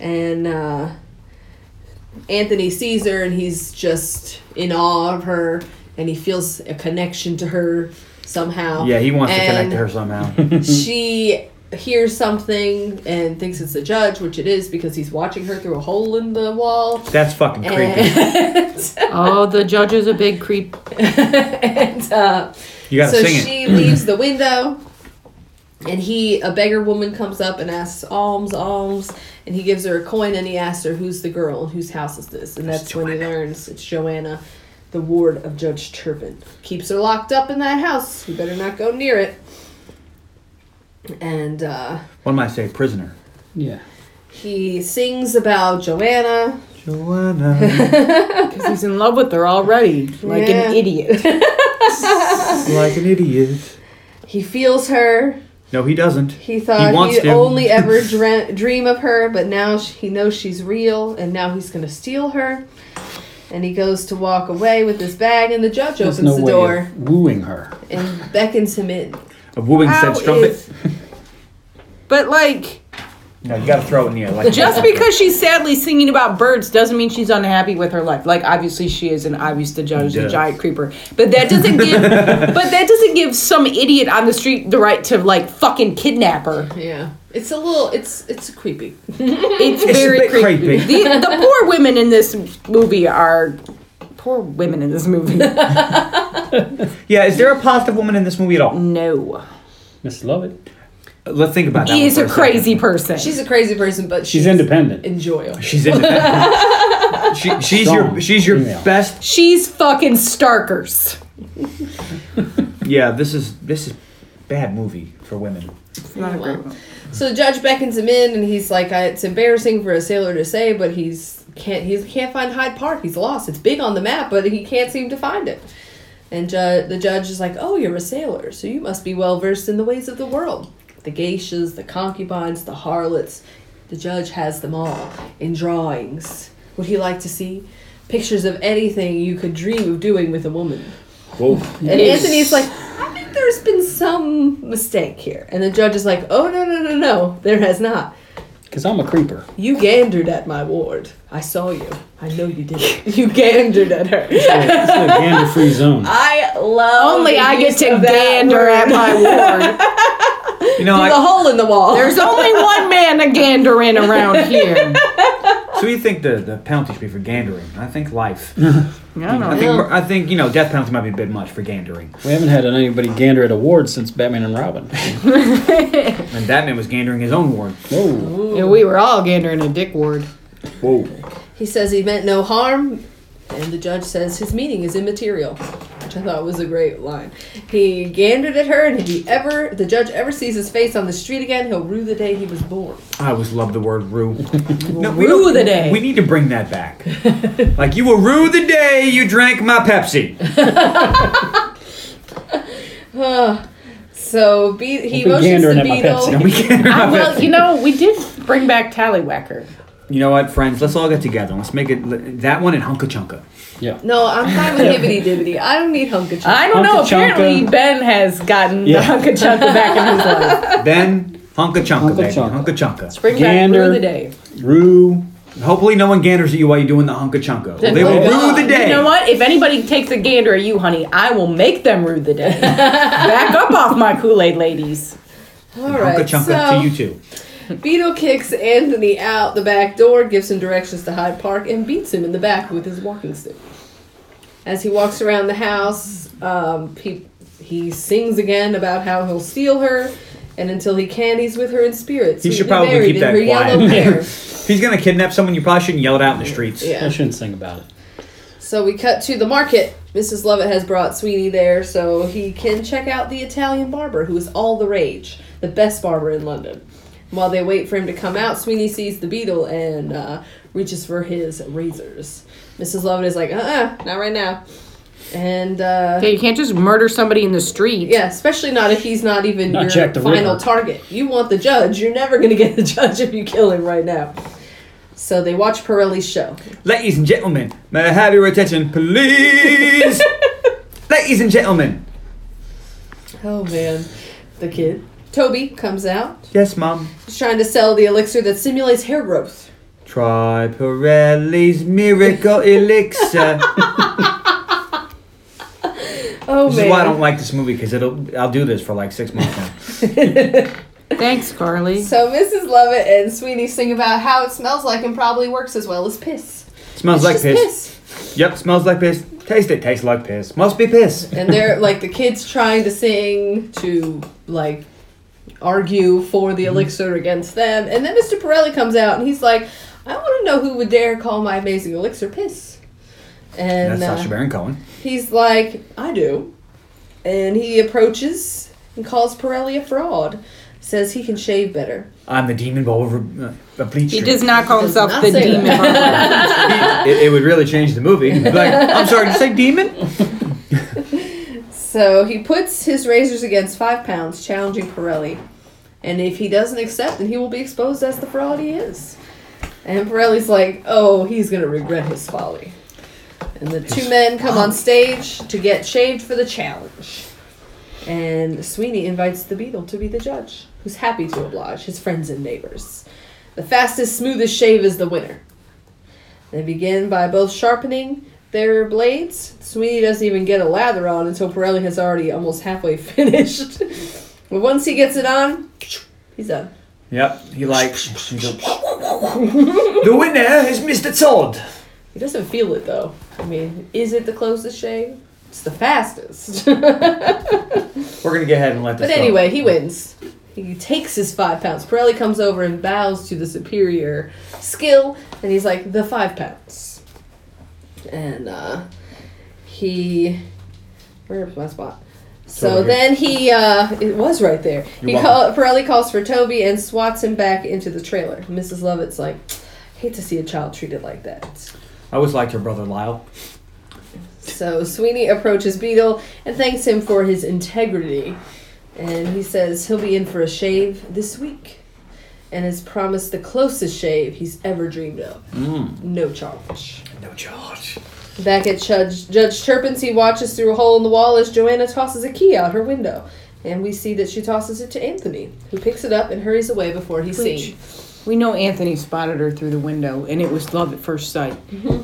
And uh, Anthony sees her, and he's just in awe of her, and he feels a connection to her somehow. Yeah, he wants to connect And to her somehow. she hears something and thinks it's the judge, which it is because he's watching her through a hole in the wall. That's fucking creepy. And, Oh, the judge is a big creep. and uh, You gotta so sing it. she leaves the window, and he, a beggar woman, comes up and asks alms, alms, and he gives her a coin and he asks her, "Who's the girl and whose house is this?" And that's when he learns it's Joanna, the ward of Judge Turpin. Keeps her locked up in that house. You better not go near it. And uh, What am I say? Prisoner. Yeah. he sings about Joanna. Joanna, Because he's in love with her already. Like Yeah. an idiot. like an idiot. He feels her. No, he doesn't. He thought wants he'd to. only ever dream, dream of her, but now sh- he knows she's real, and now he's going to steal her. And he goes to walk away with his bag, and the judge There's opens no the way door of wooing her. and beckons him in. A wooing How said strumpet. is- But like, No, you gotta throw it in the air. Like just because she's sadly singing about birds doesn't mean she's unhappy with her life. Like, obviously she is, and obviously the judge is a Yes. giant creeper. But that doesn't give, but that doesn't give some idiot on the street the right to like fucking kidnap her. Yeah, it's a little, it's it's creepy. It's, It's a very bit creepy. creepy. The, the poor women in this movie are poor women in this movie. yeah, is there a positive woman in this movie at all? No, Miss Lovett. Uh, Let's think about that. he one is for a crazy second. person. She's a crazy person, but she's, She's independent. Enjoyable. She's independent. she, she's Strong your she's your female. best. She's fucking Starkers. Yeah, this is this is bad movie for women. So the judge beckons him in, and he's like, "I- "It's embarrassing for a sailor to say, but he's can't he can't find Hyde Park. He's lost. It's big on the map, but he can't seem to find it." And ju- the judge is like, "Oh, you're a sailor, so you must be well versed in the ways of the world. The geishas, the concubines, the harlots. The judge has them all in drawings. Would he like to see pictures of anything you could dream of doing with a woman?" Whoa. And Yes. Anthony's like, I think there's been some mistake here. And the judge is like, Oh no no no no, there has not. Because I'm a creeper. You gandered at my ward. I saw you. I know you did. you gandered at her. It's a gander free zone. I love. Only the I get use to of that gander word. at my ward. You know, the I, hole in the wall. There's only one man to gander in around here. so you think the, the penalty should be for gandering? I think life. I No, think mur- I think you know death penalty might be a bit much for gandering. We haven't had anybody gander at awards since Batman and Robin. And Batman was gandering his own ward. Whoa. yeah, we were all gandering a dick ward. Whoa. He says he meant no harm, and the judge says his meaning is immaterial, which I thought was a great line. He gandered at her, and if he ever the judge ever sees his face on the street again, he'll rue the day he was born. I always love the word rue. no, we Rue don't- the day. We need to bring that back. like you will rue the day you drank my Pepsi. So be- he Don't motions be gandering the at my beetle. And we can Well, you know, we did bring back Tallywhacker. You know what, friends? Let's all get together. Let's make it that one and Hunka Chunka. Yeah. No, I'm fine with hibbity dibbity. I don't need hunkachuck. I don't know. Hunka chunka. Apparently, Ben has gotten Yeah. the hunka chunka back in his life. Then Hunka Chunka, Hunka baby. Chunka. Hunka Chunka. Bring Gander. back Rue the day. Rue. Hopefully, no one ganders at you while you're doing the Hunka Chunka. They will Oh, rue the day. You know what? If anybody takes a gander at you, honey, I will make them rue the day. back up off my Kool Aid, ladies. All Hunka right, Chunka so to you too. Beetle kicks Anthony out the back door, gives him directions to Hyde Park, and beats him in the back with his walking stick. As he walks around the house, um, he, he sings again about how he'll steal her, and until he can, he's with her in spirits. He should probably keep that her quiet. yellow hair. If he's gonna kidnap someone, you probably shouldn't yell it out in the streets. I yeah. shouldn't sing about it. So we cut to the market. Mrs. Lovett has brought Sweeney there so he can check out the Italian barber, who is all the rage, the best barber in London. While they wait for him to come out, Sweeney sees the beetle and uh, reaches for his razors. Mrs. Lovett is like, uh uh not right now. And, uh, you can't just murder somebody in the street. yeah, especially not if he's not even Not your Jack the final Ripper. target. You want the judge. You're never going to get the judge if you kill him right now. So they watch Pirelli's show. Ladies and gentlemen, may I have your attention, please? Ladies and gentlemen. Oh, man. The kid. Toby comes out. Yes, mom. He's trying to sell the elixir that simulates hair growth. Try Pirelli's miracle elixir. Oh This man! is why I don't like this movie because it'll I'll do this for like six months now. Thanks, Carly. so Mrs. Lovett and Sweeney sing about how it smells like and probably works as well as piss. smells It's like just piss. Yep, smells like piss. Taste it, tastes like piss. Must be piss. And they're like the kids trying to sing to like argue for Mm-hmm. the elixir against them. And then Mr. Pirelli comes out and he's like, "I want to know who would dare call my amazing elixir piss." And That's uh, Sasha Baron Cohen. He's like, I do. And he approaches and calls Pirelli a fraud. Says he can shave better. I'm the demon ball of uh, a bleach. He streak. does not call Does himself not the say demon. barber. it, it would really change the movie. Like, I'm sorry, did you say demon? So he puts his razors against five pounds, challenging Pirelli. And if he doesn't accept, then he will be exposed as the fraud he is. And Pirelli's like, oh, he's going to regret his folly. And the two men come on stage to get shaved for the challenge. And Sweeney invites the Beetle to be the judge, who's happy to oblige his friends and neighbors. The fastest, smoothest shave is the winner. They begin by both sharpening their blades. Sweeney doesn't even get a lather on until Pirelli has already almost halfway finished. but once he gets it on, he's done. Yep. He like he goes, the winner is Mr. Todd. He doesn't feel it though. I mean, is it the closest shave? It's the fastest. We're gonna get ahead and let this. But go. anyway, he wins. He takes his five pounds. Pirelli comes over and bows to the superior skill, and he's like, the five pounds. And uh, he. Where's my spot? So over here. then he, uh, it was right there. You're he call, Pirelli calls for Toby and swats him back into the trailer. Mrs. Lovett's like, hate to see a child treated like that. I always liked her brother Lyle. So Sweeney approaches Beetle and thanks him for his integrity. And he says he'll be in for a shave this week. And has promised the closest shave he's ever dreamed of. No charge. No charge. Back at Judge, Judge Turpin's, he watches through a hole in the wall as Joanna tosses a key out her window. And we see that she tosses it to Anthony, who picks it up and hurries away before he's seen. We know Anthony spotted her through the window, and it was love at first sight.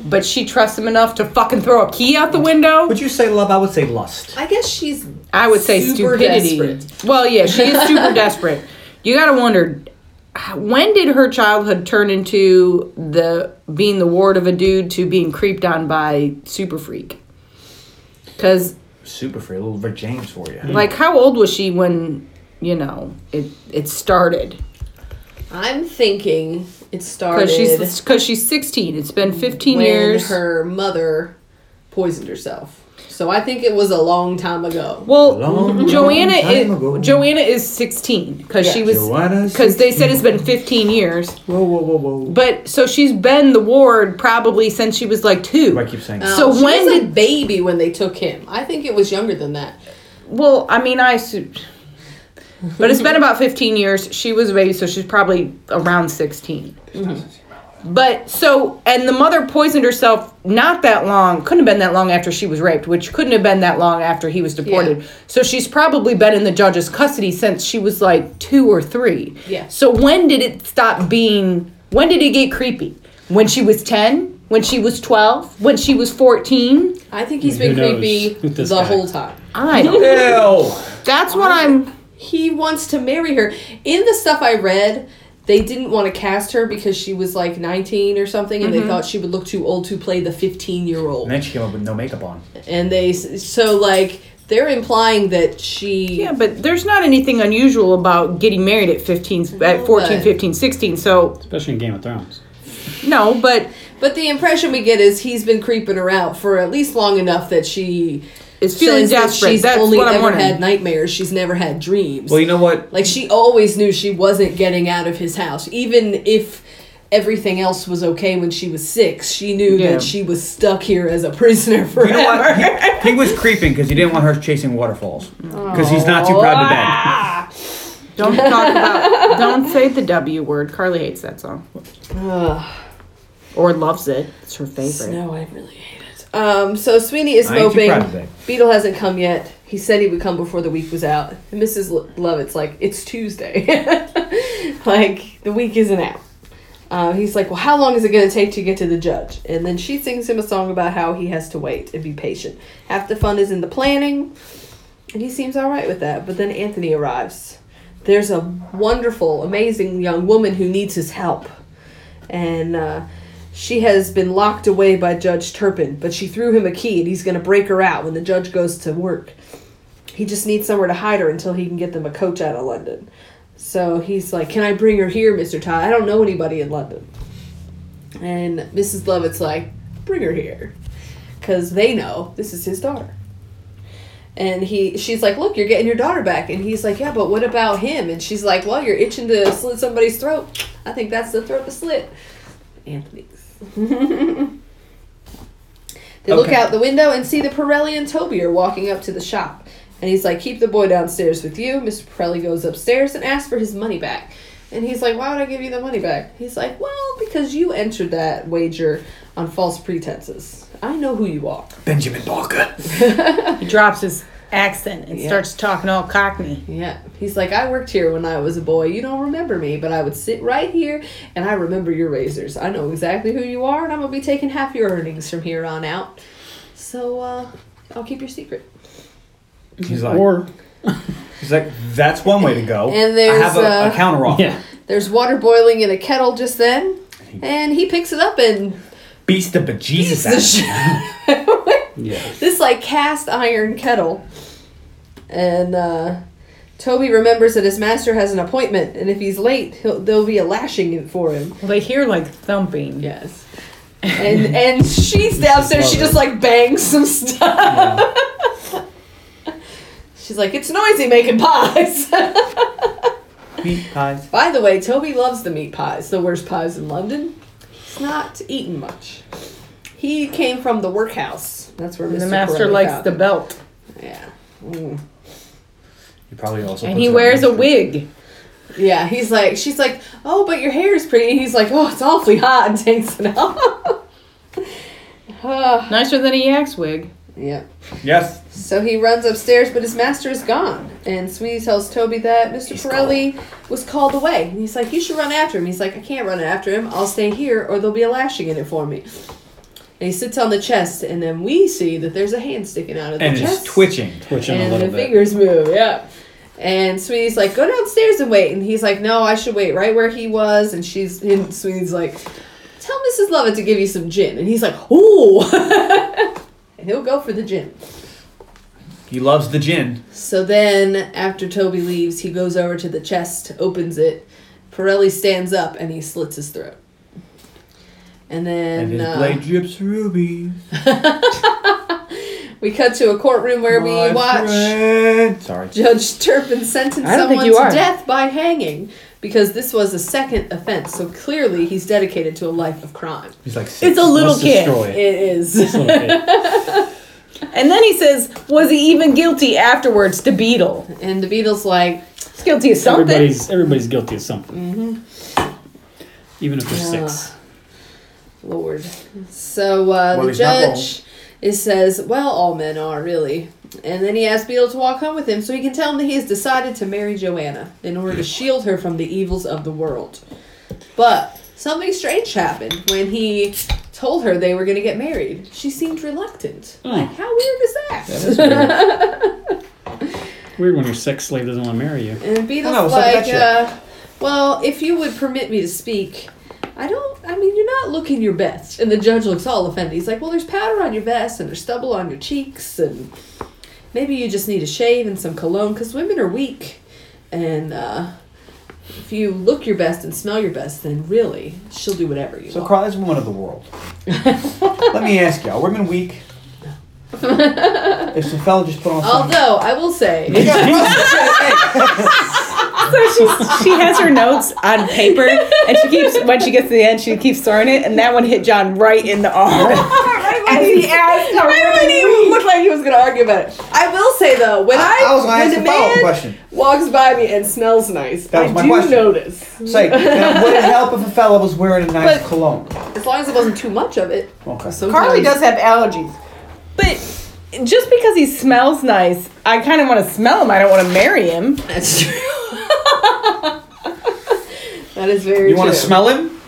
But she trusts him enough to fucking throw a key out the window. Would you say love? I would say lust. I guess she's. I would say super stupidity. desperate. Well, yeah, she is super desperate. You gotta wonder when did her childhood turn into the being the ward of a dude to being creeped on by super freak? Because Super free, a little Rick James for you. like, how old was she when you know it it started? I'm thinking it started Because she's because she's sixteen. It's been fifteen when years. her mother poisoned herself. So I think it was a long time ago. well, Long, long Joanna time is ago. Joanna is sixteen because she was Joanna's because they said it's been fifteen years. Whoa, whoa, whoa, whoa! But so she's been the ward probably since she was like two. I keep saying that. So she when was a did- baby when they took him? I think it was younger than that. Well, I mean, I assume. But it's been about 15 years. She was a baby, so she's probably around 16. But so, and the mother poisoned herself not that long, couldn't have been that long after she was raped, which couldn't have been that long after he was deported. Yeah. So she's probably been in the judge's custody since she was like two or three. Yeah. So when did it stop being, when did it get creepy? When she was 10? When she was 12? When she was 14? I think he's Who been knows creepy with the this guy. whole time. I don't. Ew. That's what I'm. He wants to marry her. In the stuff I read, they didn't want to cast her because she was like 19 or something and Mm-hmm. they thought she would look too old to play the 15 year old. And then she came up with no makeup on. And they, so like, they're implying that she. Yeah, but there's not anything unusual about getting married at 15, at 14, but- 15, 16. So, especially in Game of Thrones. no, but But the impression we get is he's been creeping her out for at least long enough that she Is feeling says that desperate. She's That's only what I'm ever wondering. had nightmares. She's never had dreams. Well, you know what? like she always knew she wasn't getting out of his house, even if everything else was okay when she was six. She knew Yeah. that she was stuck here as a prisoner forever. You know what? He, he was creeping because he didn't want her chasing waterfalls. Because he's not too proud to bend. don't talk about, don't say the W word. Carly hates that song. Or loves it. It's her favorite. No, I really hate it. Um, so Sweeney is I ain't too moping. proud of that. Beetle hasn't come yet. He said he would come before the week was out. And Mrs. Lo- Lovett's like, it's Tuesday. like, the week isn't out. Uh, he's like, well, how long is it going to take to get to the judge? And then she sings him a song about how he has to wait and be patient. Half the fun is in the planning. And he seems all right with that. But then Anthony arrives. There's a wonderful, amazing young woman who needs his help. And uh, she has been locked away by Judge Turpin, but she threw him a key and he's going to break her out when the judge goes to work. He just needs somewhere to hide her until he can get them a coach out of London. So he's like, Can I bring her here, Mr. Todd? I don't know anybody in London. And Mrs. Lovett's like, Bring her here. Because they know this is his daughter and he she's like look you're getting your daughter back and he's like yeah but what about him and she's like well you're itching to slit somebody's throat i think that's the throat to slit anthony's they look Okay. out the window and see the Pirelli and Toby are walking up to the shop. And he's like, Keep the boy downstairs with you. Mr. Pirelli goes upstairs and asks for his money back. And he's like, Why would I give you the money back? He's like, Well, because you entered that wager on false pretenses. I know who you are. Benjamin Barker. He drops his accent and Yeah. starts talking all cockney. Yeah. He's like, I worked here when I was a boy. You don't remember me, but I would sit right here and I remember your razors. I know exactly who you are, and I'm going to be taking half your earnings from here on out. So, uh, I'll keep your secret. He's like, Or he's like, that's one way to go. And I there's, have a, uh, a counter offer. yeah, There's water boiling in a kettle just then, and he picks it up and Beats the bejesus beats out the of him. shit. yeah. this like cast iron kettle. And uh, Toby remembers that his master has an appointment, and if he's late, he'll, there'll be a lashing for him. Well, they hear like thumping. Yes. And and she's downstairs. She just like bangs some stuff. She's like, it's noisy making pies. Meat pies. By the way, Toby loves the meat pies, the worst pies in London. He's not eating much. He came from the workhouse. That's where Mr. The master Pirelli likes found the him. belt. Yeah. Mm. He probably also. And puts he it on wears a Instagram. wig. Yeah. He's like, she's like, oh, but your hair is pretty. And he's like, oh, it's awfully hot, and takes it off. Nicer than a yak's wig. Yep. Yes. So he runs upstairs, but his master is gone. And Sweeney tells Toby that Mr. Pirelli was called away. And he's like, You should run after him. He's like, I can't run after him. I'll stay here, or there'll be a lashing in it for me. And he sits on the chest, and then we see that there's a hand sticking out of the And chest. it's twitching. twitching a And little the bit. fingers move, yeah. And Sweeney's like, Go downstairs and wait. And he's like, No, I should wait right where he was. And she's, and Sweeney's like, Tell Mrs. Lovett to give you some gin. And he's like, Ooh. and he'll go for the gin. He loves the gin. So then, after Toby leaves, he goes over to the chest, opens it. Pirelli stands up and he slits his throat. And And then his uh, blade drips rubies. we cut to a courtroom where my we watch friend. Sorry. Judge Turpin sentence I don't think someone you to are. death by hanging because this was a second offense. So clearly, he's dedicated to a life of crime. He's like, six. It's a little Let's destroy kid. it. It is. Little kid. And then he says, "Was he even guilty afterwards?" The Beetle. and the Beatles like, He's guilty of something. Everybody's everybody's guilty of something. Mm-hmm. Even if they're six. Lord. So uh, Well, the he's not judge it says, "Well, all men are really." And then he asks Beetle to walk home with him so he can tell him that he has decided to marry Joanna in order to shield her from the evils of the world. But something strange happened when he told her they were going to get married. She seemed reluctant. Like, how weird is that? Weird when your sex slave doesn't want to marry you. And Beatles Hello, what's up with like, that uh, well, if you would permit me to speak, I don't. I mean, you're not looking your best. And the judge looks all offended. He's like, well, there's powder on your vest and there's stubble on your cheeks, and maybe you just need a shave and some cologne because women are weak. And uh, if you look your best and smell your best, then really, she'll do whatever you So, want. Carl, as a woman of the world, let me ask you: Are women weak? if some fella just put on some, Although I will say, she's, she has her notes on paper, and she keeps when she gets to the end, she keeps throwing it, and that one hit John right in the arm. As he asked her, I didn't even look like he was gonna argue about it. I will say though, when I, I was gonna when ask the a follow-up man question. walks by me and smells nice, That was I my do question. notice. it's like, now, would it help if a fella was wearing a nice But- cologne? As long as it wasn't too much of it. Okay. Sometimes- Carly does have allergies, but just because he smells nice, I kind of want to smell him. I don't want to marry him. That's true. that is very. You want to true. smell him?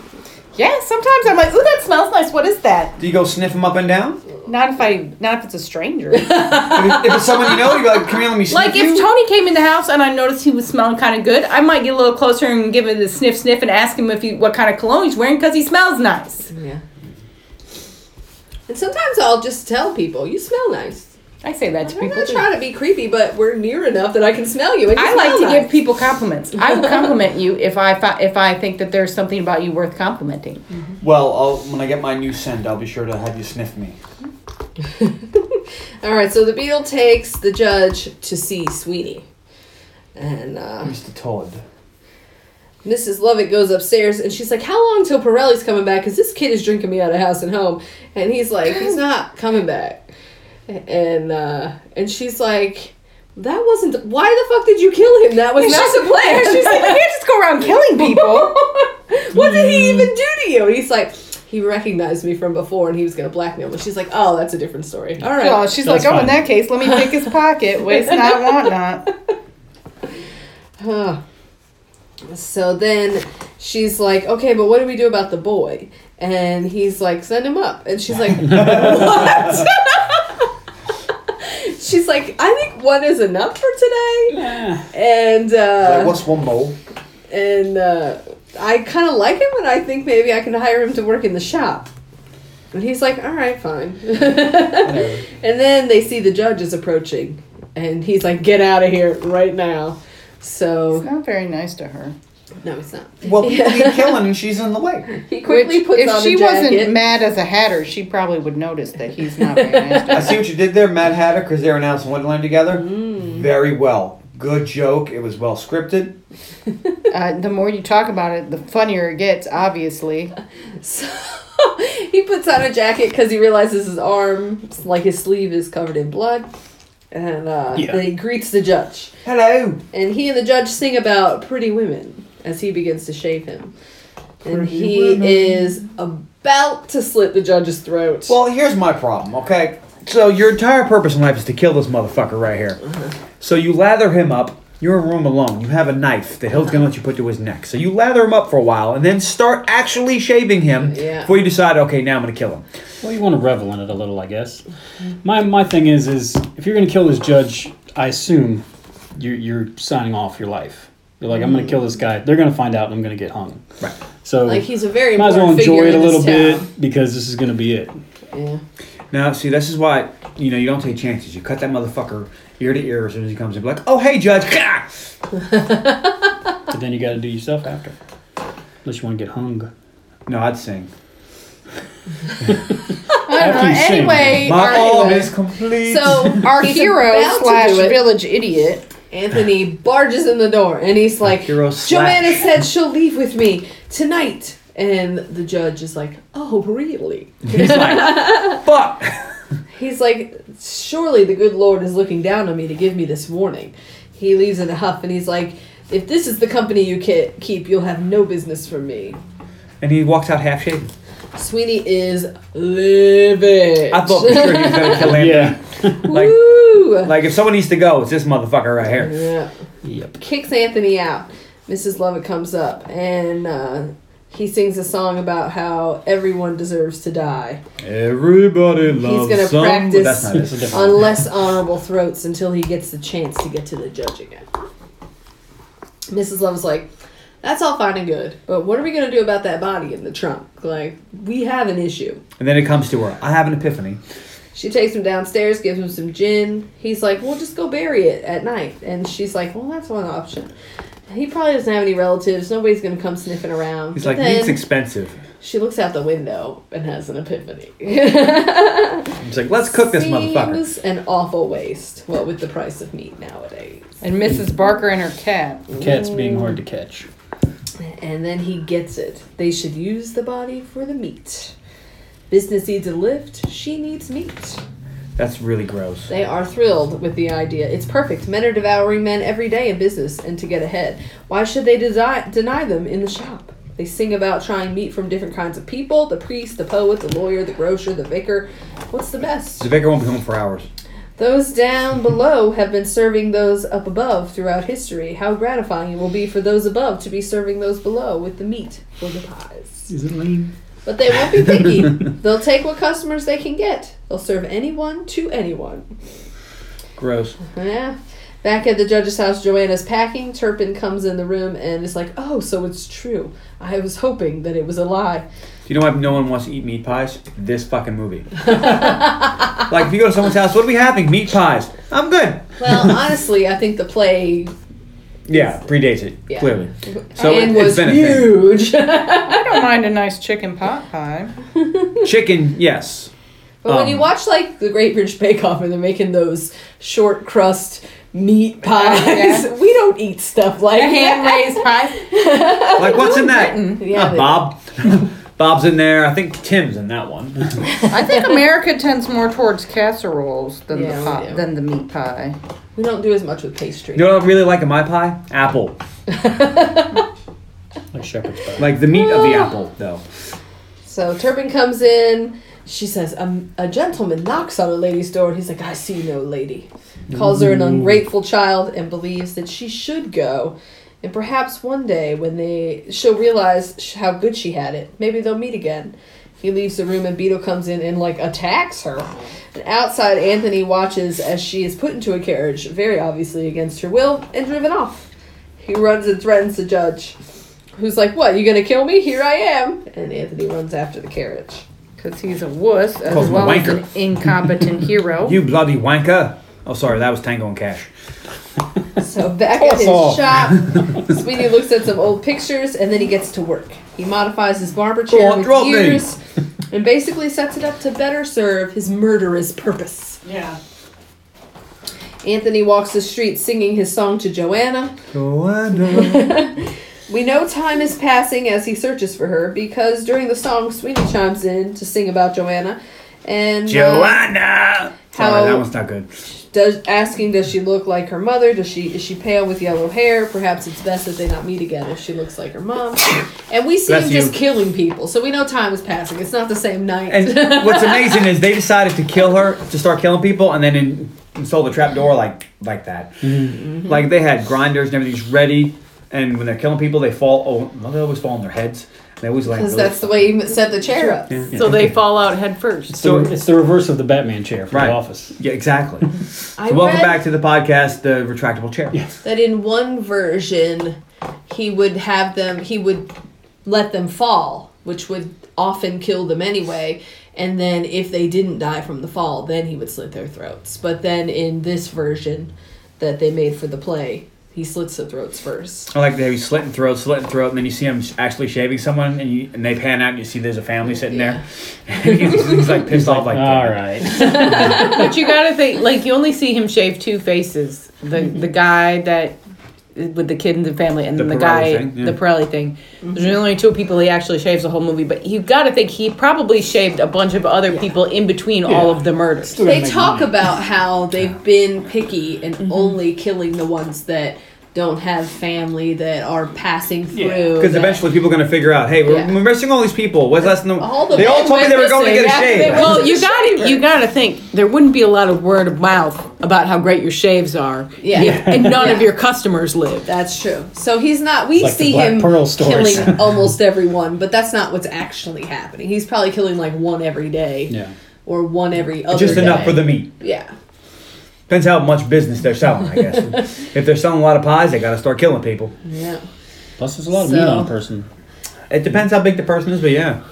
Yeah, sometimes I'm like, ooh, that smells nice. What is that? Do you go sniff him up and down? Not if I, not if it's a stranger. if, if it's someone you know, you're like, come here, let me sniff Like you. if Tony came in the house and I noticed he was smelling kind of good, I might get a little closer and give him the sniff sniff and ask him if he what kind of cologne he's wearing because he smells nice. Yeah. And sometimes I'll just tell people, "You smell nice." I say that to I'm people. not too. trying to be creepy, but we're near enough that I can smell you. And you I like to smell give nice. people compliments. I will compliment you if I fi- if I think that there's something about you worth complimenting. well, I'll, when I get my new scent, I'll be sure to have you sniff me. All right, so the beetle takes the judge to see Sweeney, and uh, Mr. Todd. Mrs. Lovett goes upstairs and she's like, How long till Pirelli's coming back? Because this kid is drinking me out of house and home. And he's like, He's not coming back. And uh, and she's like, That wasn't. Why the fuck did you kill him? That was not the plan. She's like, we can't just go around killing people. what did he even do to you? And he's like, He recognized me from before and he was going to blackmail me. She's like, Oh, that's a different story. All right. she's That's like, "Oh, in fine. that case, let me pick his pocket. Waste not, want not. Huh. So then she's like, okay, but what do we do about the boy? And he's like, send him up. And she's like, what? she's like, I think one is enough for today. Ah, And Like, uh, what's one bowl? and uh, I kind of like him, and I think maybe I can hire him to work in the shop. And he's like, all right, fine. and then they see the judge is approaching, and he's like, get out of here right now. So Not very nice to her. no, it's not. Well, people keep killing and she's in the way. He quickly puts on a jacket. mad as a hatter, she probably would notice that he's not very nice. I see what you did there, Mad Hatter, because they were announcing Wonderland together. Mm. Very well. Good joke. It was well scripted. Uh, the more you talk about it, the funnier it gets. Obviously, So he puts on a jacket because he realizes his arm, like his sleeve, is covered in blood. And uh, Yeah. then he greets the judge. Hello. And he and the judge sing about pretty women as he begins to shave him. and Pretty he women. is about to slit the judge's throat. Well, here's my problem, okay? So your entire purpose in life is to kill this motherfucker right here. Uh-huh. So you lather him up. You're in a room alone. You have a knife that Hill's gonna let you put to his neck. So you lather him up for a while, and then start actually shaving him Yeah. before you decide. Okay, now I'm gonna kill him. Well, you want to revel in it a little, I guess. My my thing is is if you're going to kill this judge, I assume you're you're signing off your life. You're like, I'm going to kill this guy. They're going to find out, and I'm going to get hung. Right. So Like, he's a very might as well important enjoy figure it a in this little town. bit because this is going to be it. Yeah. Now, see, this is why you know you don't take chances. You cut that motherfucker ear to ear as soon as he comes in. Be like, oh hey, judge. But then you got to do yourself after, unless you want to get hung. no, I'd sing. I don't After you know. sing. Anyway, My all arm right. is complete. so Our he's hero about to slash do it. village idiot. Anthony barges in the door and he's like, Hero Joanna slash. said she'll leave with me tonight. And the judge is like, Oh, really? He's like, fuck. He's like, Surely the good Lord is looking down on me to give me this warning. He leaves in a huff and he's like, If this is the company you ki- keep, you'll have no business from me. And he walks out half shaven. Sweeney is livid. I thought for sure he was gonna kill Anthony. Yeah. Like, Woo! like if someone needs to go, it's this motherfucker right here. yeah. Yep. kicks Anthony out. Mrs. Lovett comes up and uh, he sings a song about how everyone deserves to die Everybody loves gonna some- practice- That's not That's it. a different. on less honorable throats until he gets the chance to get to the judge again. Mrs. Lovett's like, that's all fine and good, but what are we going to do about that body in the trunk? Like, we have an issue. And then it comes to her. I have an epiphany. She takes him downstairs, gives him some gin. He's like, "We'll just go bury it at night." And she's like, "Well, that's one option." He probably doesn't have any relatives. Nobody's gonna come sniffing around. He's But like, then meat's expensive. she looks out the window and has an epiphany. He's like, let's cook this motherfucker. Seems an awful waste. What with the price of meat nowadays. And Mrs. Barker and her cat. Cats being hard to catch. And then he gets it. They should use the body for the meat. Business needs a lift. She needs meat. That's really gross. They are thrilled with the idea. It's perfect. Men are devouring men every day in business and to get ahead. Why should they desi- deny them in the shop? They sing about trying meat from different kinds of people the priest, the poet, the lawyer, the grocer, the vicar. What's the best? The baker won't be home for hours. Those down below have been serving those up above throughout history. How gratifying it will be for those above to be serving those below with the meat for the pies. Is it lean? But they won't be picky. They'll take what customers they can get. They'll serve anyone to anyone. Gross. Yeah. Back at the judge's house, Joanna's packing. Turpin comes in the room and is like, Oh, so it's true. I was hoping that it was a lie. Do you know why no one wants to eat meat pies? This fucking movie. like, if you go to someone's house, what are we having? Meat pies. I'm good. Well, honestly, I think the play Yeah, predates it, Yeah. clearly. So it, and has was been a thing. huge. I don't mind a nice chicken pot pie. Chicken, yes. But when Um, you watch like the Great British Bake Off and they're making those short crust meat pies, yeah. we don't eat stuff like Hand that. raised pie. Like, what's in that? Oh, Yeah, Uh, they- Bob. Bob's in there. I think Tim's in that one. I think America tends more towards casseroles than Yeah, the we pot, do. than the meat pie. we don't do as much with pastry. You know what I really like in my pie? Apple. Like shepherd's pie. Like the meat of the Oh. apple, though. So Turpin comes in. She says, um, a gentleman knocks on a lady's door. He's like, I see no lady. Calls her an ungrateful child and believes that she should go. And perhaps one day when they she'll realize sh- how good she had it. Maybe they'll meet again. He leaves the room and Beetle comes in and like attacks her. And outside, Anthony watches as she is put into a carriage, very obviously against her will, and driven off. He runs and threatens the judge who's like, "What? You gonna kill me? Here I am!" And Anthony runs after the carriage. Because he's a wuss as Calls him a well as an wanker. incompetent hero. You bloody wanker. Oh, sorry, that was Tango and Cash. So back at his Awesome. shop, Sweeney looks at some old pictures, and then he gets to work. He modifies his barber chair on, with drop me. years, and basically sets it up to better serve his murderous purpose. yeah. Anthony walks the street singing his song to Joanna. We know time is passing as he searches for her because during the song, Sweeney chimes in to sing about Joanna and uh, Joanna. How- Sorry, that one's not good. does asking does she look like her mother? Does she is she pale with yellow hair? Perhaps it's best that they not meet again if she looks like her mom. And we see Bless him just you. killing people, so we know time is passing. It's not the same night. And what's amazing is they decided to kill her to start killing people, and then in, install the trap door like like that. Mm-hmm. Mm-hmm. Like they had grinders and everything's ready, and when they're killing people, they fall. Oh, well, they always fall on their heads. They always land. Because really- that's the way he set the chair up. So they fall out head first. So- So it's the reverse of the Batman chair for right. the office. Yeah, exactly. so I welcome read- back to the podcast, the retractable chair. that in one version he would have them he would let them fall which would often kill them anyway and then if they didn't die from the fall then he would slit their throats but then in this version that they made for the play he slits the throats first I like to have you slitting throat, slitting throat, and then you see him actually shaving someone, and you and they pan out, and you see there's a family sitting there. he's, he's, like pissed off, like All right. But you gotta think, like you only see him shave two faces: the the guy that with the kid in the family, and The then the Pirelli guy thing, yeah. the Pirelli thing. There's only two people he actually shaves the whole movie. But you gotta think he probably shaved a bunch of other people in between all of the murders. they talk about how they've been picky and only killing the ones that don't have family that are passing through Because that- eventually people are going to figure out, hey, we're, Yeah. we're missing all these people. What's less than the, All the They all men told me went they were going to get a missing after shave. they went- Well, you The shaver. gotta you gotta think there wouldn't be a lot of word of mouth about how great your shaves are, Yeah. if- and none of Yeah. your customers live. That's true. So he's not. We like the see Black him Pearl stories. killing almost everyone, but that's not what's actually happening. He's probably killing like one every day, Yeah. or one every other. Just enough day. for the meat. Yeah, Depends how much business they're selling, I guess. if they're selling a lot of pies, they got to start killing people. yeah. Plus, there's a lot of So- meat on a person. It depends how big the person is, but yeah.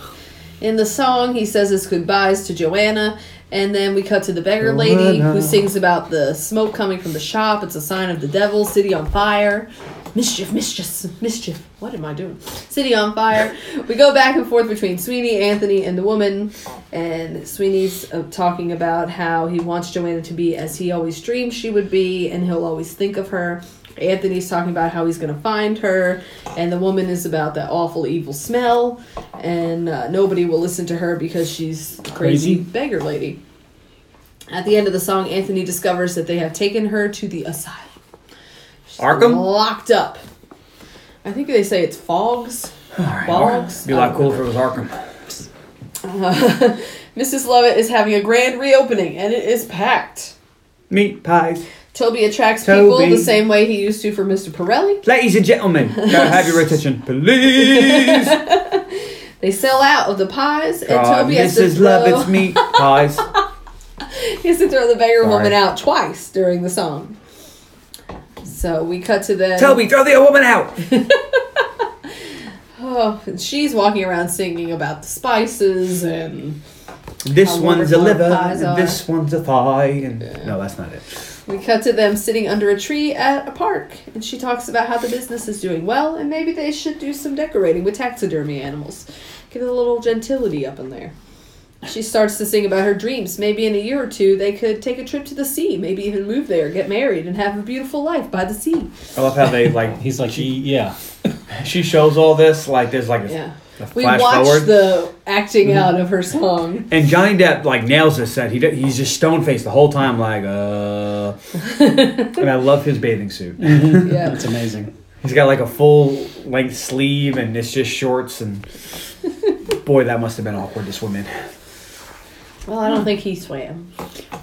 In the song, he says his goodbyes to Joanna, and then we cut to the beggar lady who Joanna. sings about the smoke coming from the shop. It's a sign of the devil, city on fire. Mischief, mischief, mischief. What am I doing? City on fire. We go back and forth between Sweeney, Anthony, and the woman. And Sweeney's uh, talking about how he wants Joanna to be as he always dreamed she would be, and he'll always think of her. Anthony's talking about how he's going to find her, and the woman is about that awful evil smell, and uh, nobody will listen to her because she's a crazy Crazy. beggar lady. At the end of the song, Anthony discovers that they have taken her to the asylum. She's Arkham? Locked up. I think they say it's Fogs. Fogs? Be a lot cooler if it was Arkham. Mrs. Lovett is having a grand reopening, and it is packed. Meat pies. Toby attracts Toby. people the same way he used to for Mr. Pirelli. Ladies and gentlemen, gotta have your attention, please. They sell out of the pies, and God, Toby has to Mrs. throw, Lovett's meat pies. he has to throw the beggar Sorry. woman out twice during the song. So we cut to them. Toby, throw the old woman out. Oh, and she's walking around singing about the spices and This How one's a wonderful liver, pies and are. this one's a thigh, and no, that's not it. We cut to them sitting under a tree at a park, and she talks about how the business is doing well, and maybe they should do some decorating with taxidermy animals. Get a little gentility up in there. She starts to sing about her dreams. Maybe in a year or two, they could take a trip to the sea, maybe even move there, get married, and have a beautiful life by the sea. I love how they like. He's like, he, yeah. She shows all this like there's like a, Yeah. a We flash watch forward. the acting out of her song. And Johnny Depp like nails this set. He d- he's just stone faced the whole time, like uh. and I love his bathing suit. Yeah. That's amazing. He's got like a full length sleeve, and it's just shorts. And boy, that must have been awkward to swim in. Well, I don't think he swam.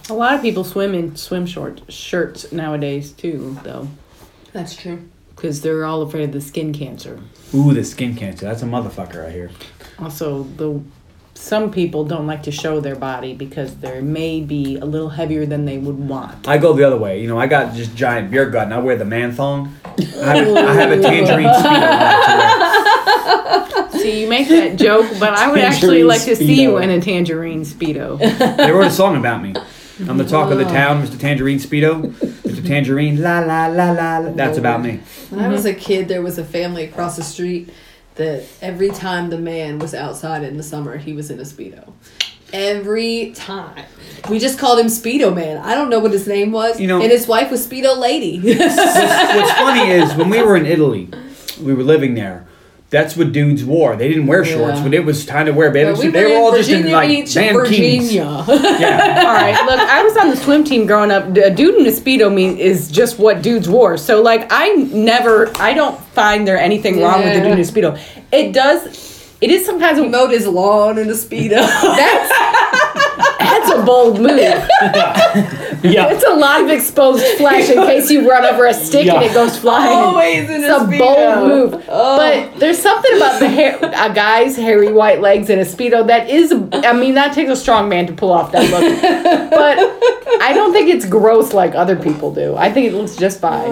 A lot of people swim in swim short shirts nowadays too, though, That's true. because they're all afraid of the skin cancer. Ooh, the skin cancer. That's a motherfucker right here. Also, the some people don't like to show their body because they may be a little heavier than they would want. I go the other way. You know, I got just giant beer gut, and I wear the man thong. I have, I have a tangerine speedo. I like to wear. See, you make that joke, but I would actually Tangerine like to see you Speedo. in a tangerine speedo. They wrote a song about me. I'm the talk of the town, Mr. Tangerine Speedo. Mr. Tangerine, la la la la. la. That's about me. When I was a kid, there was a family across the street that every time the man was outside in the summer, he was in a Speedo. Every time. We just called him Speedo Man. I don't know what his name was. You know- and his wife was Speedo Lady. what's funny is when we were in Italy, we were living there. That's what dudes wore. They didn't wear shorts, Yeah. but it was time to wear bathing But we suit. were They were in all just Virginia in like Beach, mankeens. Virginia. Yeah. All right, look, I was on the swim team growing up. D- A dude in a speedo mean is just what dudes wore. So like, I never, I don't find there anything wrong with the dude in a speedo. It does, it is sometimes a Mowed his lawn in a speedo. that's that's a bold move. Yeah. It's a lot of exposed flesh in case you run over a stick and it Yeah. goes flying. Always in it's a a Speedo. bold move. But there's something about the hair, a guy's hairy white legs in a speedo that is. I mean, that takes a strong man to pull off that look. but I don't think it's gross like other people do. I think it looks just fine.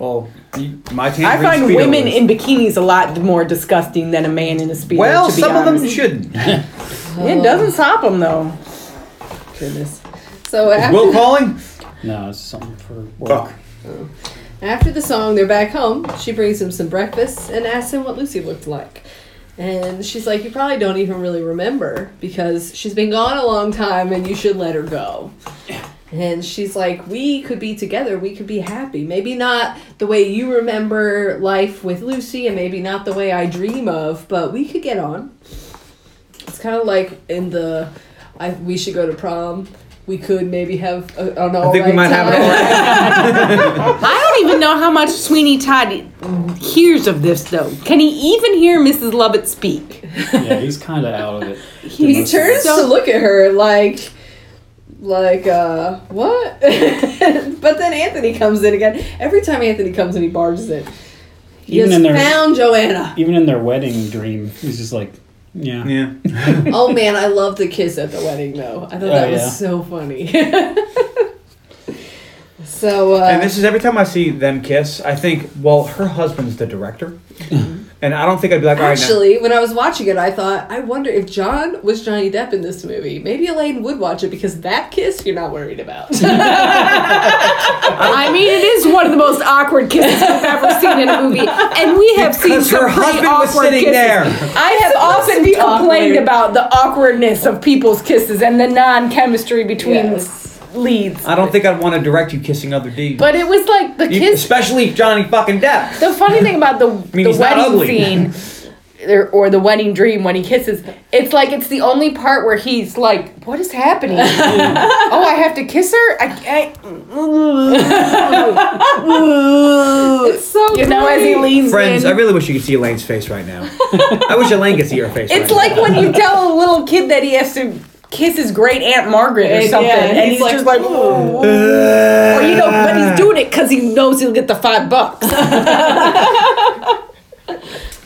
well, you- my I tangerine find Speedo women was- in bikinis a lot more disgusting than a man in a speedo. Well, to be some of them honest. shouldn't. It doesn't stop them though. Goodness. So after, Will calling? No, it's something for work. Fuck. after the song, they're back home. She brings him some breakfast and asks him what Lucy looked like. And she's like, You probably don't even really remember because she's been gone a long time and you should let her go. And she's like, We could be together. We could be happy. Maybe not the way you remember life with Lucy and maybe not the way I dream of, but we could get on. It's kind of like in the I, We should go to prom. We could maybe have a, an all I think we right might have time. it. I don't even know how much Sweeney Todd hears of this, though. Can he even hear Mrs. Lovett speak? Yeah, he's kind of out of it. he turns to look at her like like uh what but then anthony comes in again every time anthony comes in he barges in he Even has in their- found joanna Even in their wedding dream, he's just like, yeah. Yeah. oh man i love the kiss at the wedding though i thought that Oh, yeah. was so funny so uh And this is every time I see them kiss, I think, well, her husband's the director. and I don't think I'd be like, all right, now- Mm-hmm. Actually, when I was watching it, I thought, I wonder if John was Johnny Depp in this movie. Maybe Elaine would watch it because that kiss you're not worried about. I mean, it is one of the most awkward kisses we've ever seen in a movie, and we have seen Because some her pretty husband was awkward sitting kisses. there. I have often complained about the awkwardness of people's kisses and the non-chemistry between Yes. leads. I don't think I'd want to direct you kissing other dudes. But it was like the You- kiss especially Johnny fucking Depp. the funny thing about the, mean, the he's not ugly. wedding scene or, or the wedding dream when he kisses it's like it's the only part where he's like what is happening oh i have to kiss her i, I it's so you know as funny. he leans Friends, I in really wish you could see Elaine's face right now. I wish Elaine could see her face. it's right like when you tell a little kid that he has to kiss his great aunt margaret or Yeah, something and and, he's he's, like, just like now. "Ooh." Uh, or you know but he's doing it because he knows he'll get the five bucks Uh,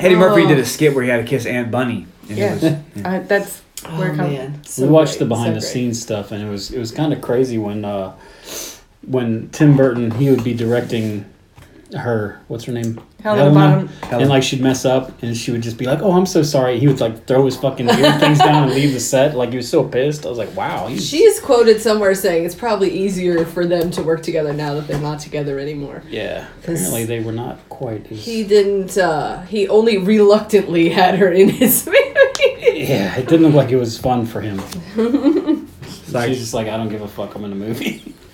Eddie Oh. Murphy did a skit where he had to kiss Aunt Bunny. And it was, Uh, that's where it comes we watched the behind the scenes stuff, and it was it was kind of crazy when uh, when Tim Burton he would be directing her. What's her name? Helena Bonham. And like she'd mess up, and she would just be like, "Oh, I'm so sorry." He would like throw his fucking weird things down and leave the set. Like he was so pissed. I was like, "Wow." he's- She is quoted somewhere saying it's probably easier for them to work together now that they're not together anymore. yeah. Apparently they were not quite. As, He didn't, uh, he only reluctantly had her in his movie. yeah, it didn't look like it was fun for him. like- She's just like, "I don't give a fuck. I'm in a movie."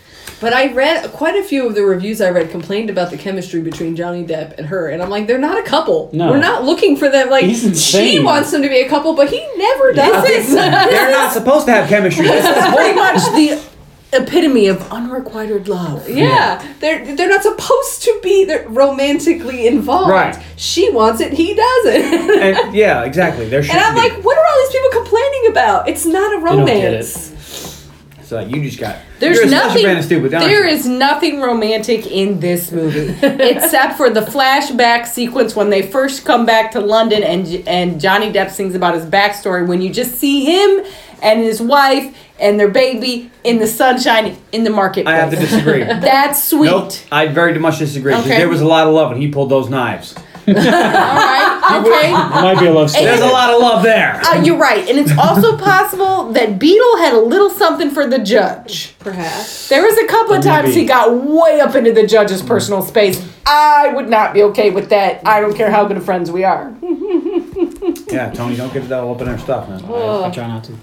But I read quite a few of the reviews I read complained about the chemistry between Johnny Depp and her, and I'm like, they're not a couple. No. We're not looking for them. Like, He's she insane. wants them to be a couple, but he never does. they're not supposed to have chemistry. This is- pretty much the epitome of unrequited love. Yeah, they're they're not supposed to be they're romantically involved. Right. She wants it, he doesn't. and, yeah, exactly. There should And I'm be. like, what are all these people complaining about? It's not a don't get romance. so like, you just got. There's you're a special nothing. brand of stupid, aren't there you? is nothing romantic in this movie, except for the flashback sequence when they first come back to London, and and Johnny Depp sings about his backstory. When you just see him and his wife and their baby in the sunshine in the market. I have to disagree. That's sweet. Nope, I very much disagree. 'cause Okay. There was a lot of love, and he pulled those knives. All right. Okay. It might be a love story. There's a lot of love there. Uh, you're right, and it's also possible that Beetle had a little something for the judge. Perhaps. There was a couple of times he got way up into the judge's personal space. I would not be okay with that. I don't care how good of friends we are. yeah, Tony, don't get that all up in our stuff, man. I try not to.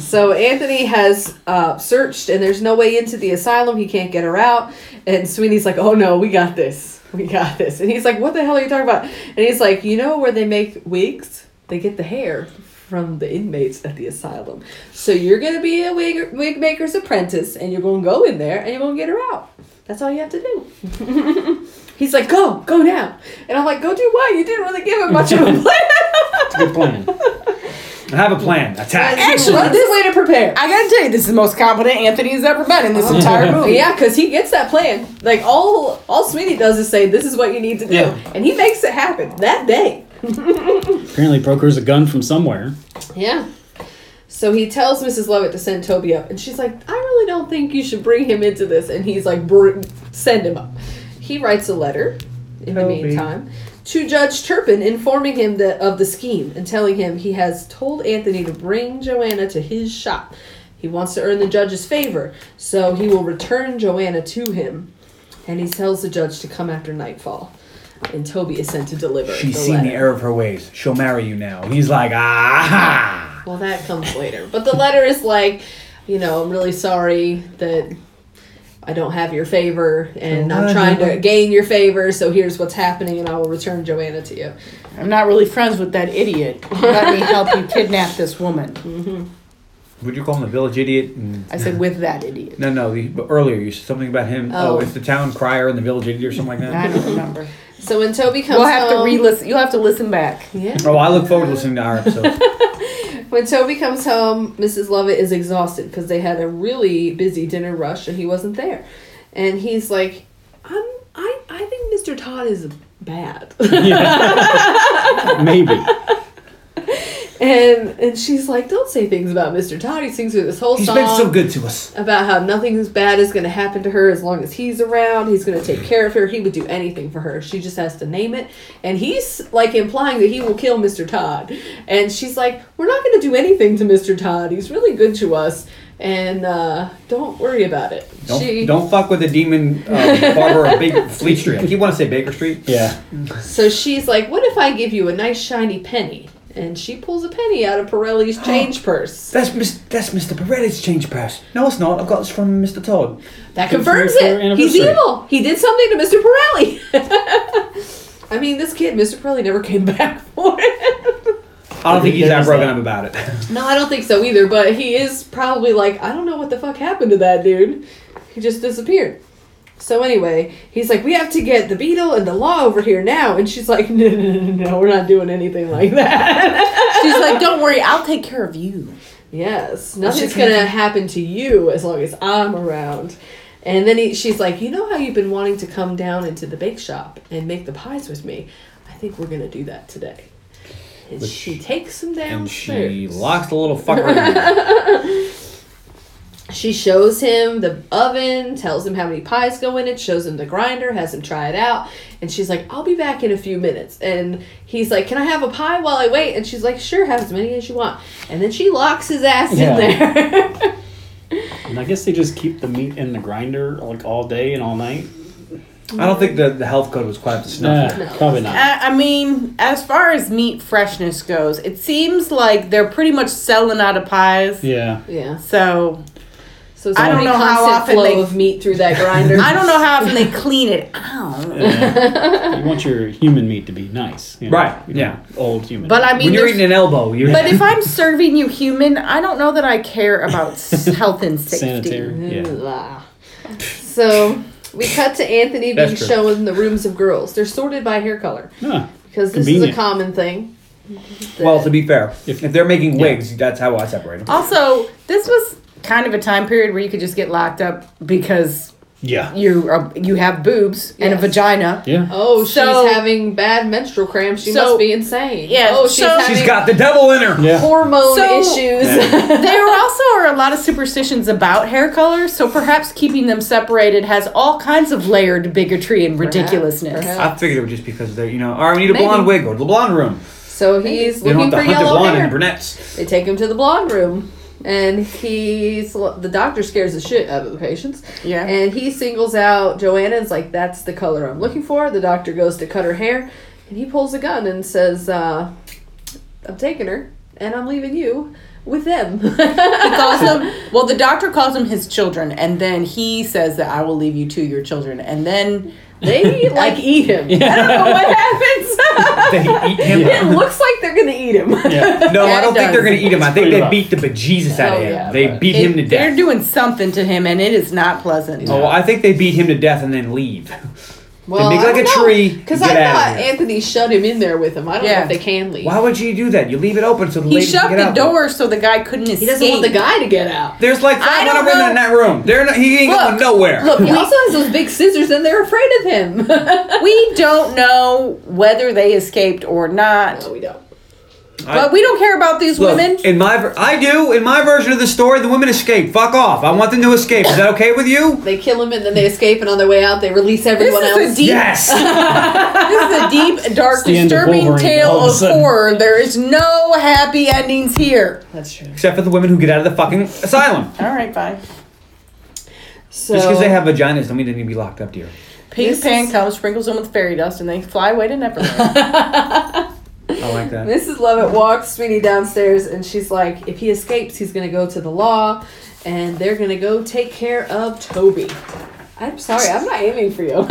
So Anthony has uh, searched, and there's no way into the asylum. He can't get her out. And Sweeney's like, "Oh no, we got this." we got this. And he's like, what the hell are you talking about? And he's like, you know where they make wigs? They get the hair from the inmates at the asylum. So you're going to be a wig, wig maker's apprentice and you're going to go in there and you're going to get her out. That's all you have to do. he's like, go, go now. And I'm like, go do what? You didn't really give him much of a plan. It's a good plan. I have a plan. Attack. Actually, this way to prepare. I gotta tell you, this is the most competent Anthony's ever been in this entire movie. Yeah, because he gets that plan. Like all all Sweeney does is say, "This is what you need to do," Yeah. and he makes it happen that day. Apparently, brokers a gun from somewhere. Yeah. So he tells Mrs. Lovett to send Toby up, and she's like, "I really don't think you should bring him into this." And he's like, "Br- "Send him up." He writes a letter in Toby. the meantime to Judge Turpin, informing him that of the scheme and telling him he has told Anthony to bring Joanna to his shop. He wants to earn the judge's favor, so he will return Joanna to him. And he tells the judge to come after nightfall. And Toby is sent to deliver. She's the seen letter. the error of her ways. She'll marry you now. He's like, ah. Well, that comes later. But the letter is like, you know, I'm really sorry that I don't have your favor and I'm trying to gain your favor, so here's what's happening and I will return Joanna to you. I'm not really friends with that idiot. Let me help you kidnap this woman. Would you call him the village idiot? Mm. I said, with that idiot. No, no. The, but earlier you said something about him. Oh. Oh. it's the town crier and the village idiot or something like I that. don't remember. So when Toby comes We'll have to home- re-listen. You'll have to listen back. Yeah. Oh, I look forward to listening to our episode. When Toby comes home, Mrs. Lovett is exhausted because they had a really busy dinner rush and he wasn't there. And he's like, I'm, I, I think Mr. Todd is bad. Maybe. and and she's like, Don't say things about Mr. Todd. He sings through this whole He's song. been so good to us. about how nothing as bad is going to happen to her as long as he's around. He's going to take care of her. He would do anything for her. She just has to name it. And he's like implying that he will kill Mr. Todd. And she's like, We're not going to do anything to Mr. Todd. He's really good to us. And uh, don't worry about it. Don't, she, don't fuck with the demon um, barber of Baker, Fleet Street. I keep wanting to say Baker Street. Yeah. So she's like, What if I give you a nice shiny penny? And she pulls a penny out of Pirelli's change purse. That's Miss, that's Mr. Beretti's change purse. No, it's not. I've got this from Mr. Todd. That confirms Confirms their it. He's anniversary. evil. He did something to Mr. Pirelli. I mean, this kid, Mr. Pirelli, never came back for it. I don't think he's There that is broken that. up about it. no, I don't think so either, but he is probably like, I don't know what the fuck happened to that dude. He just disappeared. So anyway, he's like, we have to get the beetle and the law over here now. And she's like, no, no, no, no, no, we're not doing anything like that. She's like, don't worry, I'll take care of you. Yes, nothing's gonna happen to you as long as I'm around. And then he, she's like, you know how you've been wanting to come down into the bake shop and make the pies with me. I think we're gonna do that today. And she takes him And downstairs. she locks the little fucker in. She shows him the oven, tells him how many pies go in it, shows him the grinder, has him try it out, and she's like, I'll be back in a few minutes. And he's like, Can I have a pie while I wait? And she's like, Sure, have as many as you want. And then she locks his ass Yeah. in there. And I guess they just keep the meat in the grinder like all day and all night. I don't think the, the health code was quite up to snuff. Nah, probably not. I, I mean, as far as meat freshness goes, it seems like they're pretty much selling out of pies. Yeah. yeah. So So it's I don't gonna be know how constant often flow they- of meat through that grinder. I don't know how often they clean it out. Yeah. you want your human meat to be nice. you know? Right, You don't yeah. want Old human. But I mean, When you're there's- eating an elbow, you're But if I'm serving you human, I don't know that I care about s- health and safety. sanitary. Yeah. Blah. So we cut to Anthony being That's true. shown the rooms of girls. They're sorted by hair color Huh. because this is Convenient. a common thing. well, that- to be fair, if, If- they're making wigs, that's how I separate them. Also, this was kind of a time period where you could just get locked up because Yeah. you are, you have boobs and a Yes. vagina. Yeah. Oh, So- she's having bad menstrual cramps. She So- must be insane. Yeah, Oh, she's so- having She's got the devil in her. Yeah. hormone So- issues. there were also are a lot of superstitions about hair color, so perhaps keeping them separated has all kinds of layered bigotry and ridiculousness. perhaps. I figured it was just because they're, you know, all right, we need a Maybe. blonde wig. Go to the blonde room. so he's They don't looking have to for hunt the yellow blonde and hair. brunettes. They take him to the blonde room, and he's the doctor scares the shit out of the patients. Yeah. and he singles out Joanna. and's like, "That's the color I'm looking for." The doctor goes to cut her hair, and he pulls a gun and says, uh, "I'm taking her, and I'm leaving you." with them. He calls them. Well, the doctor calls them his children, and then he says that I will leave you to your children, and then they like eat him. I don't know what happens. They eat him. it looks like they're gonna eat him. Yeah. No, Yeah, I it don't think they're does. gonna eat him. I think pretty they rough. beat the bejesus out of Oh, him. yeah, they but- beat him to it- they're death. doing something to him, and it is not pleasant. oh, I think they beat him to death and then leave. Well, They make like a tree, Because get I out of thought here. Anthony shut him in there with him. I don't know Yeah. if they can leave. Why would you do that? You leave it open so the He lady can shut get the out. door so the guy couldn't escape. He doesn't want the guy to get out. There's like I 500 don't women know. in that room. They're not, he ain't going Look, nowhere. Look, he also has those big scissors, and they're afraid of him. We don't know whether they escaped or not, no, we don't. but we don't care about these Look, women. in my ver- I do in my version of the story, the women escape. Fuck off! I want them to escape. Is that okay with you? They kill him, and then they escape, and on their way out, they release This everyone is, a else. deep, Yes. this is a deep, dark, It's the end of disturbing Wolverine all tale of a of sudden. horror. There is no happy endings here. That's true. Except for the women who get out of the fucking asylum. All right, fine. So Just because they have vaginas, don't mean they need to be locked up, dear. Peter This Pan is- comes, sprinkles them with fairy dust, and they fly away to Neverland. I like that. Mrs. Lovett walks Sweeney downstairs, and she's like, if he escapes, he's going to go to the law, and they're going to go take care of Toby. I'm sorry, I'm not aiming for you. I don't think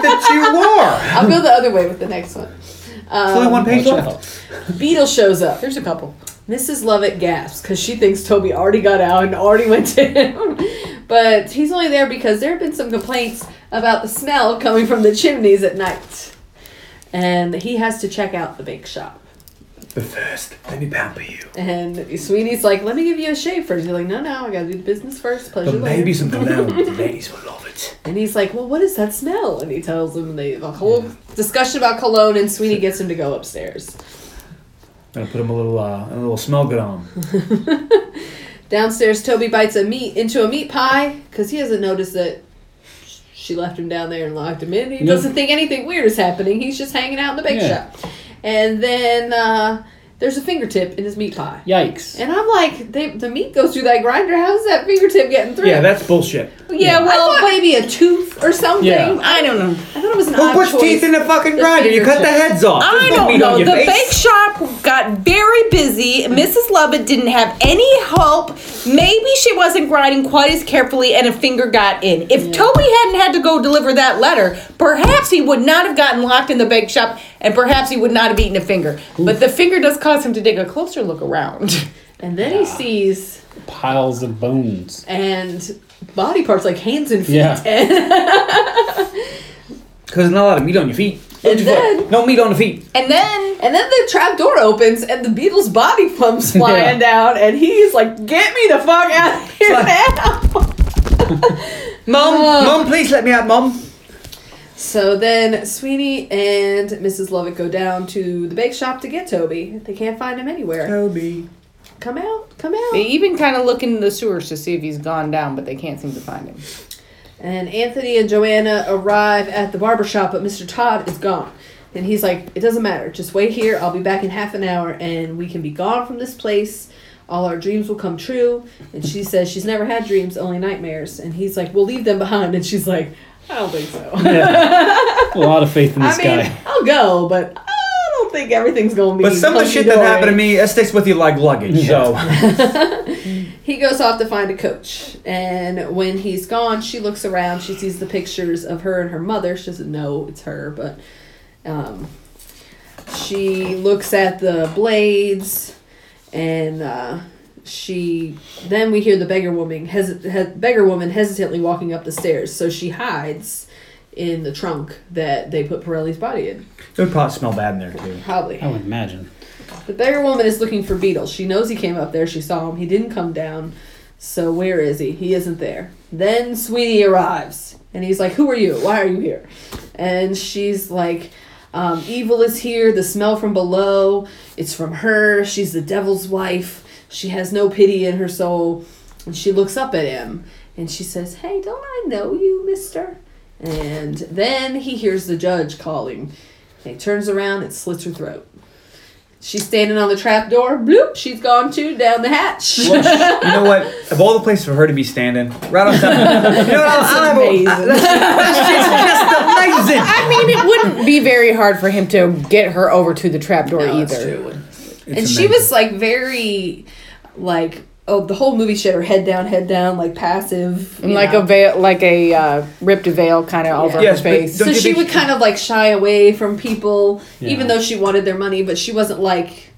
that I'll go the other way with the next one. you are. It's only one Um, page Watch left. out. Beetle shows up. There's a couple. Mrs. Lovett gasps because she thinks Toby already got out and already went to him. but he's only there because there have been some complaints about the smell coming from the chimneys at night. And he has to check out the bake shop. But first, let me pamper you. And Sweeney's like, let me give you a shave first. He's like, no, no, I gotta do the business first. Pleasure But later. maybe some cologne. The ladies will love it. And he's like, well, what is that smell? And he tells him they have a whole discussion about cologne, and Sweeney gets him to go upstairs. Gonna put them a little, uh, a little smell good on 'em. Downstairs, Toby bites a meat into a meat pie because he hasn't noticed that sh- she left him down there and locked him in. He Yeah. doesn't think anything weird is happening. He's just hanging out in the bake Yeah. shop. And then uh, there's a fingertip in his meat pie. Yikes. And I'm like, they, the meat goes through that grinder. How's that fingertip getting through? Yeah, that's bullshit. Yeah, well, maybe a tooth or something. Yeah. I don't know. I thought it was an Who odd puts choice. teeth in the fucking The grinder? You cut the fingertips. heads off. I There's no don't meat on know. your The face. bake shop got very busy. Mrs. Lovett didn't have any help. Maybe she wasn't grinding quite as carefully, and a finger got in. If Toby hadn't had to go deliver that letter, perhaps he would not have gotten locked in the bake shop, and perhaps he would not have eaten a finger. But the finger does cause him to take a closer look around. And then he sees Piles of bones. and body parts like hands and feet. Yeah. Because there's not a lot of meat on your feet. And Don't you fuck- then- no meat on the feet. And then And then the trap door opens and the beetle's body comes flying down and he's like, Get me the fuck out of here now. Mom, mom, please let me out, mom. So then Sweeney and Mrs. Lovett go down to the bake shop to get Toby. They can't find him anywhere. Toby. Come out, come out. they even kind of look in the sewers to see if he's gone down, but they can't seem to find him. And Anthony and Joanna arrive at the barber shop, but Mr. Todd is gone. And he's like, It doesn't matter. Just wait here. I'll be back in half an hour and we can be gone from this place. All our dreams will come true. And she says she's never had dreams, only nightmares. And he's like, We'll leave them behind. And she's like, I don't think so. A lot of faith in I this mean, guy. I'll go, but I don't think everything's going to be. But some of the shit that hunky-dory." happened to me, that sticks with you like luggage. So He goes off to find a coach, and when he's gone, she looks around. She sees the pictures of her and her mother. She doesn't know it's her, but um, she looks at the blades, and uh, she. Then we hear the beggar woman, hes- he- beggar woman hesitantly walking up the stairs. So she hides in the trunk that they put Pirelli's body in. it would probably smell bad in there too. Probably. I would imagine. The beggar woman is looking for Beetle. She knows he came up there. She saw him. He didn't come down. So where is he? He isn't there. Then Sweeney arrives. And he's like, Who are you? Why are you here? And she's like, um, Evil is here. The smell from below. It's from her. She's the devil's wife. She has no pity in her soul. And she looks up at him. And she says, Hey, don't I know you, mister? And then he hears the judge calling. He turns around and slits her throat. She's standing on the trap door. Bloop, she's gone too down the hatch. you know what? Of all the places for her to be standing, right on top. you know what? I'll, I'll amazing. have a, that's, that's just amazing. I mean, it wouldn't be very hard for him to get her over to the trapdoor No, either. that's true. and she was like very, like oh the whole movie she had her head down, head down, like passive, you like know. a veil, like a uh, ripped veil kind of over Yes, her but face. don't so you she think would she- kind of like shy away from people, even Yeah. though she wanted their money, but she wasn't like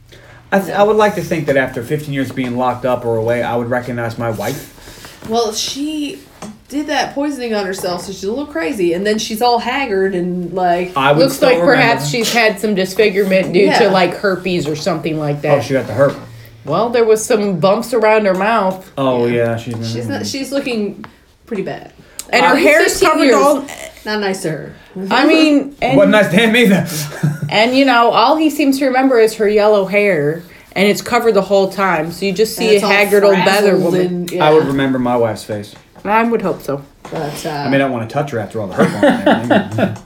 I, th- I would like to think that after 15 years being locked up or away, I would recognize my wife. Well, she did that poisoning on herself, so she's a little crazy, and then she's all haggard and like. I would Looks still like remember. perhaps she's had some disfigurement due Yeah. to like herpes or something like Oh, that. she got the herp. well, there was some bumps around her mouth, Oh yeah, she's. she's not. She's looking pretty bad. and her At least hair's 15 covered years. all. Not nice to her. I mean, and, Wasn't nice to him either. and you know, all he seems to remember is her yellow hair, and it's covered the whole time. So you just And see a it's all haggard old frazzled bather woman. and- yeah. I would remember my wife's face. I would hope so. But, uh, I may not want to touch her after all the herp on there.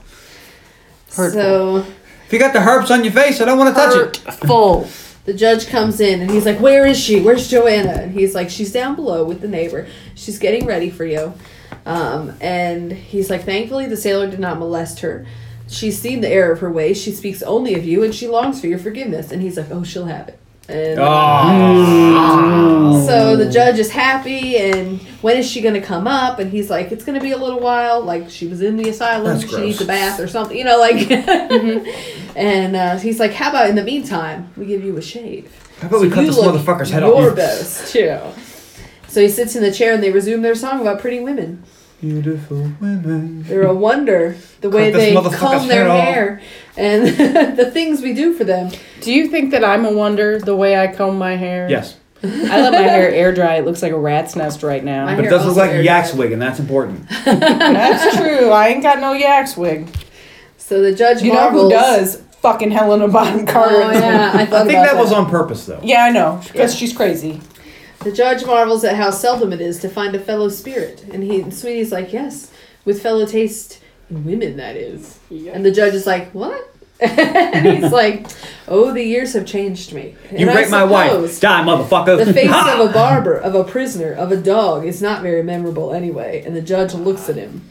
so if you got the herps on your face, I don't want to touch it. Hurtful. the judge comes in and he's like, "Where is she? Where's Joanna?" And he's like, "She's down below with the neighbor. She's getting ready for you." Um, and he's like, "Thankfully, the sailor did not molest her. She's seen the error of her ways. She speaks only of you, and she longs for your forgiveness." And he's like, "Oh, she'll have it." And Oh. so the judge is happy, and when is she going to come up? And he's like, "It's going to be a little while. Like she was in the asylum. That's She gross. Mm-hmm. needs a bath or something. You know, like." And uh, he's like, "How about in the meantime, we give you a shave?" How about we cut you this look motherfucker's head your off? best, too. So he sits in the chair and they resume their song about pretty women. Beautiful women. They're a wonder the way Cut this they motherfucker's comb their head off. hair and the things we do for them. Do you think that I'm a wonder the way I comb my hair? Yes, I let my hair air dry. It looks like a rat's nest right now. My but it hair does look also like a aired yak's out. wig, and that's important. That's true. I ain't got no yak's wig. So the judge You marvels. know who does? Fucking Helena Bonham Carter. Oh yeah, I, I thought think about that was on purpose, though. Yeah, I know. Because she's crazy. The judge marvels at how seldom it is to find a fellow spirit, and he and Sweeney's like, "Yes, with fellow taste in women, that is." And the judge is like, "What?" and he's like, "Oh, the years have changed me." You And I raped my suppose wife. Die, motherfucker. The face Ha! of a barber, of a prisoner, of a dog is not very memorable anyway. And the judge looks at him.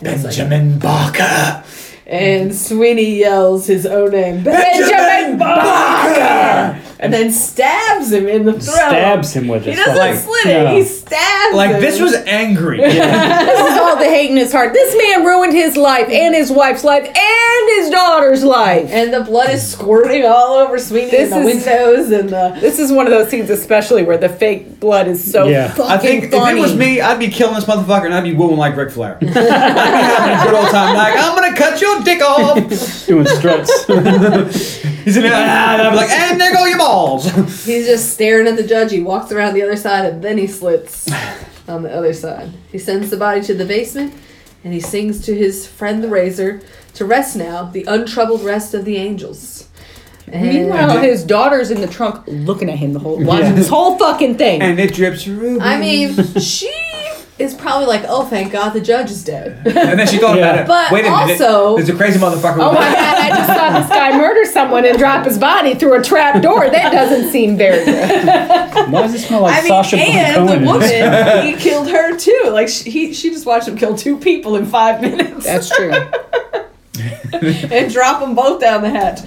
And, it's like- Benjamin Barker. and Sweeney yells his own name, Benjamin, Barker! And then stabs him in the throat. Stabs him with He his doesn't fucking- slit it, Yeah. he stabs Like him. this was angry. Yeah. This is all the hate in his heart. This man ruined his life and his wife's life and his daughter's life. And the blood is squirting all over Sweeney This and the is- windows and the. This is one of those scenes, especially where the fake blood is so Yeah. I fucking I think if funny. it was me, I'd be killing this motherfucker and I'd be wooing like Ric Flair. I'd be having a good old time. Like, I'm gonna cut your dick off. doing struts. He's in there, "Ah," and I'd be like, and there go your balls. He's just staring at the judge. He walks around the other side and then he slits on the other side. He sends the body to the basement and he sings to his friend the razor to rest now, the untroubled rest of the angels. And Meanwhile, his daughter's in the trunk looking at him the whole watching this whole fucking thing. And it drips ruby. I mean, she is probably like, oh, thank God the judge is dead. and then she thought about Yeah. it. But Wait a also- minute. There's a crazy motherfucker. Oh with my god, I just saw this guy murder someone and drop his body through a trap door. That doesn't seem very good. Why does it smell like I mean, Sasha and Baron Cohen? the woman, he killed her too. Like, she, he, she just watched him kill two people in five minutes. That's true. and drop them both down the hatch.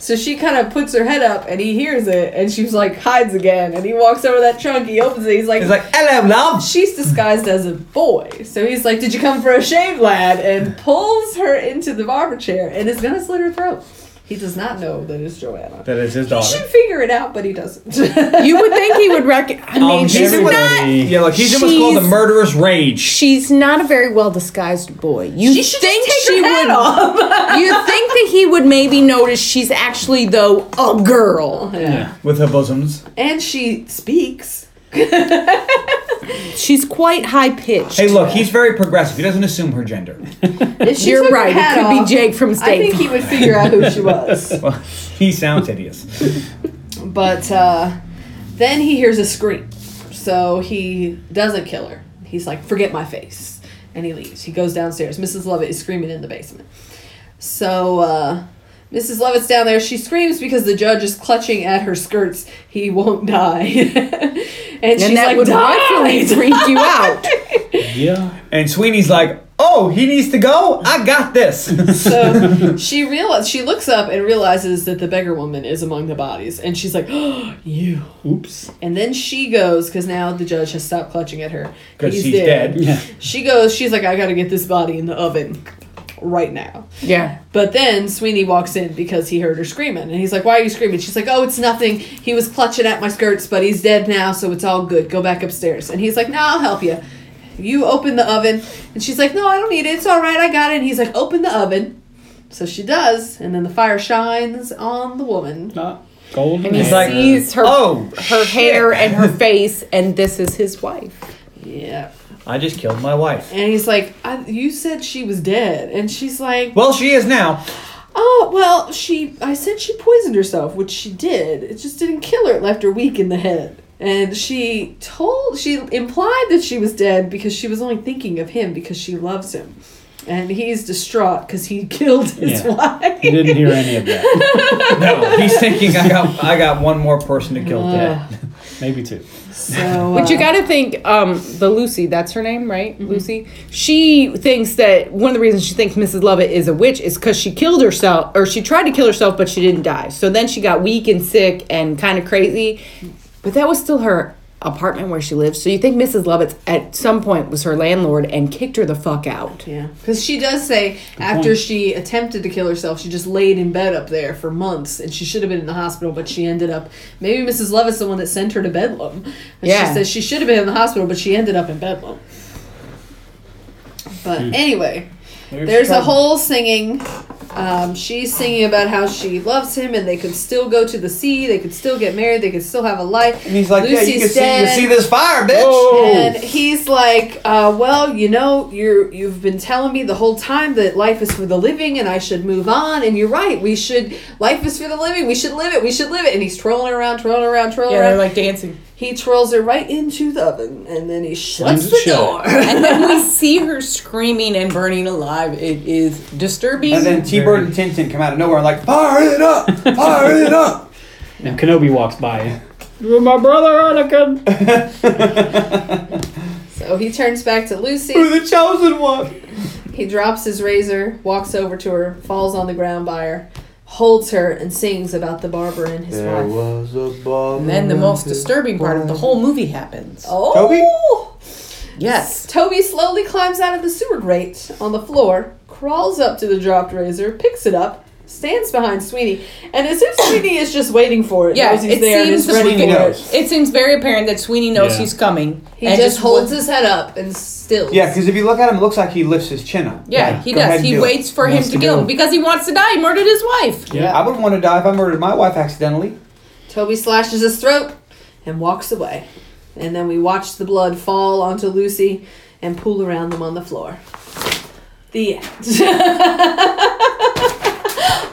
So she kind of puts her head up and he hears it and she's like hides again and he walks over that trunk, he opens it, he's like, He's like, hello, love. She's disguised as a boy. So he's like, Did you come for a shave, lad? and pulls her into the barber chair and is gonna slit her throat. He does not know that it's Joanna. That is his He should figure it out, but he doesn't. You would think he would rec I mean, Um, she's everybody- not Yeah, look, he's in what's called the She's- murderous rage. she's not a very well disguised boy. You She should just think take she her hat would off. You think that he would maybe notice she's actually though a girl. With her bosoms. And she speaks. She's quite high pitched. Hey, look, he's very progressive. He doesn't assume her gender. If she You're took her right. It hat could off, be Jake from I State think he Farm. would figure out who she was. Well, he sounds hideous. But uh, then he hears a scream. So he doesn't kill her. He's like, forget my face. And he leaves. He goes downstairs. Mrs. Lovett is screaming in the basement. So uh, Mrs. Lovett's down there. She screams because the judge is clutching at her skirts. He won't die. and, she's And that like, would die! rightfully freak you out. Yeah. And Sweeney's like, oh, he needs to go? I got this. So she realizes she looks up and realizes that the beggar woman is among the bodies, and she's like, oh, "You." Oops. And then she goes because now the judge has stopped clutching at her 'Cause she's dead. Yeah. She goes. She's like, "I got to get this body in the oven right now." Yeah. But then Sweeney walks in because he heard her screaming, and he's like, "Why are you screaming?" She's like, "Oh, it's nothing. He was clutching at my skirts, but he's dead now, so it's all good. Go back upstairs." And he's like, "No, I'll help you. You open the oven." And she's like, "No, I don't need it. It's all right. I got it." And he's like, "Open the oven." So she does, and then the fire shines on the woman. Not gold. And he It's like, sees her, oh, her hair and her face, and this is his wife. Yeah. I just killed my wife. And he's like, I, "You said she was dead," and she's like, Well, she is now. "Oh, well, she. I said she poisoned herself, which she did. It just didn't kill her. It left her weak in the head." And she told, she implied that she was dead because she was only thinking of him because she loves him, and he's distraught because he killed his Yeah. wife. You didn't hear any of that. No, he's thinking I got I got one more person to kill today. yeah. Maybe two. So, But you uh, gotta think, um, the Lucy, that's her name, right? Lucy. She thinks that one of the reasons she thinks Mrs. Lovett is a witch is because she killed herself, or she tried to kill herself, but she didn't die. So then she got weak and sick and kind of crazy. But that was still her apartment where she lived. So you think Mrs. Lovett at some point was her landlord and kicked her the fuck out. Yeah, because she does say after point. she attempted to kill herself, she just laid in bed up there for months, and she should have been in the hospital, but she ended up. Maybe Mrs. Love is the one that sent her to Bedlam. And Yeah. She says she should have been in the hospital, but she ended up in Bedlam. But Hmm. anyway, there's a whole singing. Um, she's singing about how she loves him, and they could still go to the sea. They could still get married. They could still have a life. And he's like, yeah, you can see, you dead." see this fire, bitch. Oh. And he's like, uh, "Well, you know, you're you've been telling me the whole time that life is for the living, and I should move on. And you're right. We should. Life is for the living. We should live it. We should live it." And he's twirling her around, twirling her around, twirling her around. dancing. he twirls her right into the oven, and then he Slams shuts it the shut. door. and then we see her screaming and burning alive. It is disturbing. And then T Bird and Tintin come out of nowhere and like, fire it up, fire it up. And Kenobi walks by. You're my brother, Anakin. so he turns back to Lucy. You're the chosen one. He drops his razor, walks over to her, falls on the ground by her, holds her, and sings about the barber and his wife. was a ball. And then the most disturbing part of the whole movie happens. Oh. Toby? Yes. Toby slowly climbs out of the sewer grate on the floor, crawls up to the dropped razor, picks it up, stands behind Sweeney, and as if Sweeney is just waiting for it. Yeah, knows he's it there and seems is ready Sweeney for knows. it. It seems very apparent that Sweeney knows Yeah. he's coming. He and just, holds wa- his head up and still. Yeah, because if you look at him, it looks like he lifts his chin up. Yeah, he go ahead does. and He do it. waits for He him wants to to kill go. him because he wants to die. He murdered his wife. I wouldn't want to die if I murdered my wife accidentally. Toby slashes his throat and walks away. And then we watch the blood fall onto Lucy and pool around them on the floor. The end.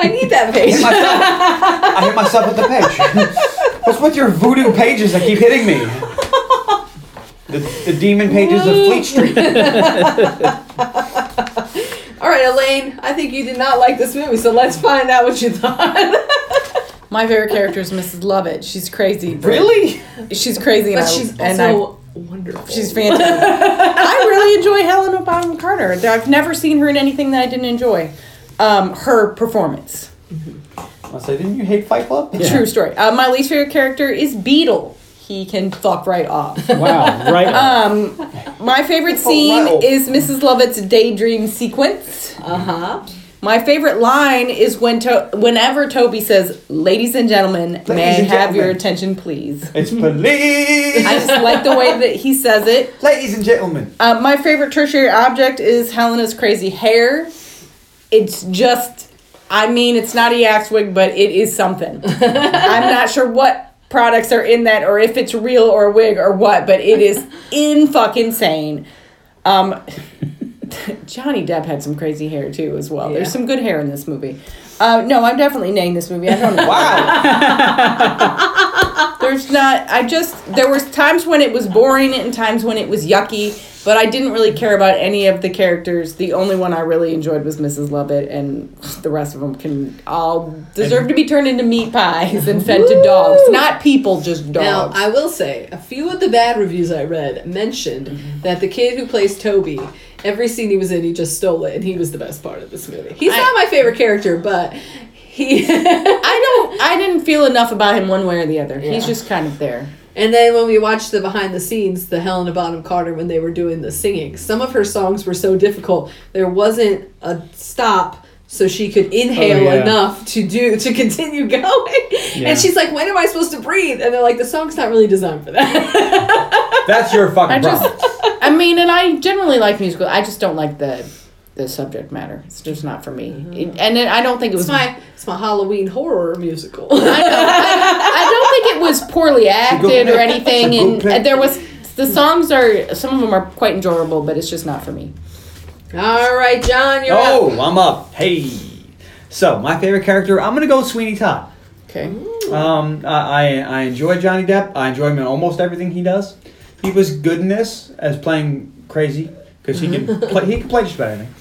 I need that I hit page. myself, I hit myself with the page. What's with your voodoo pages that keep hitting me? The, the demon pages of Fleet Street. All right, Elaine, I think you did not like this movie, so let's find out what you thought. My favorite character is Mrs. Lovett. She's crazy. but- Really? She's crazy. But and I- she's and also wonderful. I, she's fantastic. I really enjoy Helena Bonham Carter. I've never seen her in anything that I didn't enjoy. Um, her performance. I say, didn't you hate Fight Club? Yeah. True story. Uh, my least favorite character is Beetle. He can fuck right off. Wow. Right. Uh. My favorite scene wow. is Mrs. Lovett's daydream sequence. Uh huh. My favorite line is when to- whenever Toby says, "Ladies and gentlemen, may I and have your gentlemen." attention, please." It's police, I just like the way that he says it. ladies and gentlemen. Uh, my favorite tertiary object is Helena's crazy hair. It's just, I mean, it's not a yak's wig, but it is something. I'm not sure what products are in that or if it's real or a wig or what, but it is in fucking insane. Um, Johnny Depp had some crazy hair too, as well. Yeah. There's some good hair in this movie. Uh, no, I'm definitely naying this movie. I don't know. Wow. There's not. I just there was times when it was boring and times when it was yucky, but I didn't really care about any of the characters. The only one I really enjoyed was Mrs. Lovett, and the rest of them can all deserve to be turned into meat pies and fed to dogs, not people, just Now, Um, dogs. I Mm-hmm. will say, a few of the bad reviews I read mentioned that the kid who plays Toby Every scene he was in, he just stole it, and he was the best part of this movie. He's not my favorite character, but he. I don't. I didn't feel enough about him one way or the other. He's Yeah. just kind of there. And then when we watched the behind the scenes, the Helena Bonham Carter, when they were doing the singing, some of her songs were so difficult. There wasn't a stop so she could inhale Oh, yeah. enough to do to continue going. Yeah. And she's like, "When am I supposed to breathe?" And they're like, "The song's not really designed for that." That's your fucking I just- problem. I mean, and I generally like musical. I just don't like the the subject matter. It's just not for me. It- and it, I don't think it was. It's my it's my Halloween horror musical. I don't think it was poorly acted or anything. It's a And good pick. there was the songs are some of them are quite enjoyable, but it's just not for me. All right, John, you're up. Oh, I'm up. Hey. So my favorite character, I'm gonna go Sweeney Todd. Okay. Um, I, I I enjoy Johnny Depp. I enjoy him in almost everything he does. He was good in this as playing crazy because he can play. He can play just about anything.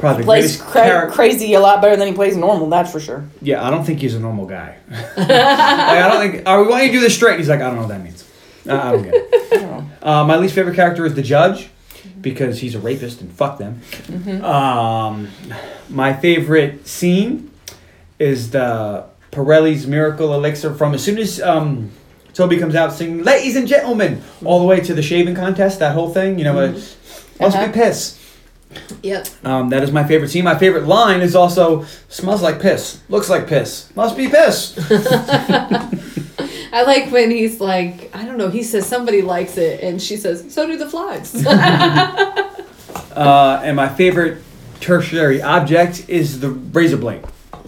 Probably the Plays greatest cra- character. crazy a lot better than he plays normal. That's for sure. yeah, I don't think he's a normal guy. like, I don't think. Are we going to do this straight? He's like, I don't know what that means. Uh, I don't get it. Uh, my least favorite character is the judge because he's a rapist and fuck them. Um, my favorite scene is the Pirelli's Miracle Elixir from as soon as um, Toby comes out singing, Ladies and Gentlemen, all the way to the shaving contest, that whole thing, you know, uh, must be piss. Yep. Um, that is my favorite scene. My favorite line is also smells like piss, looks like piss, must be piss. I like when he's like, I don't know, he says somebody likes it, and she says, so do the flies. Uh, and my favorite tertiary object is the razor blade,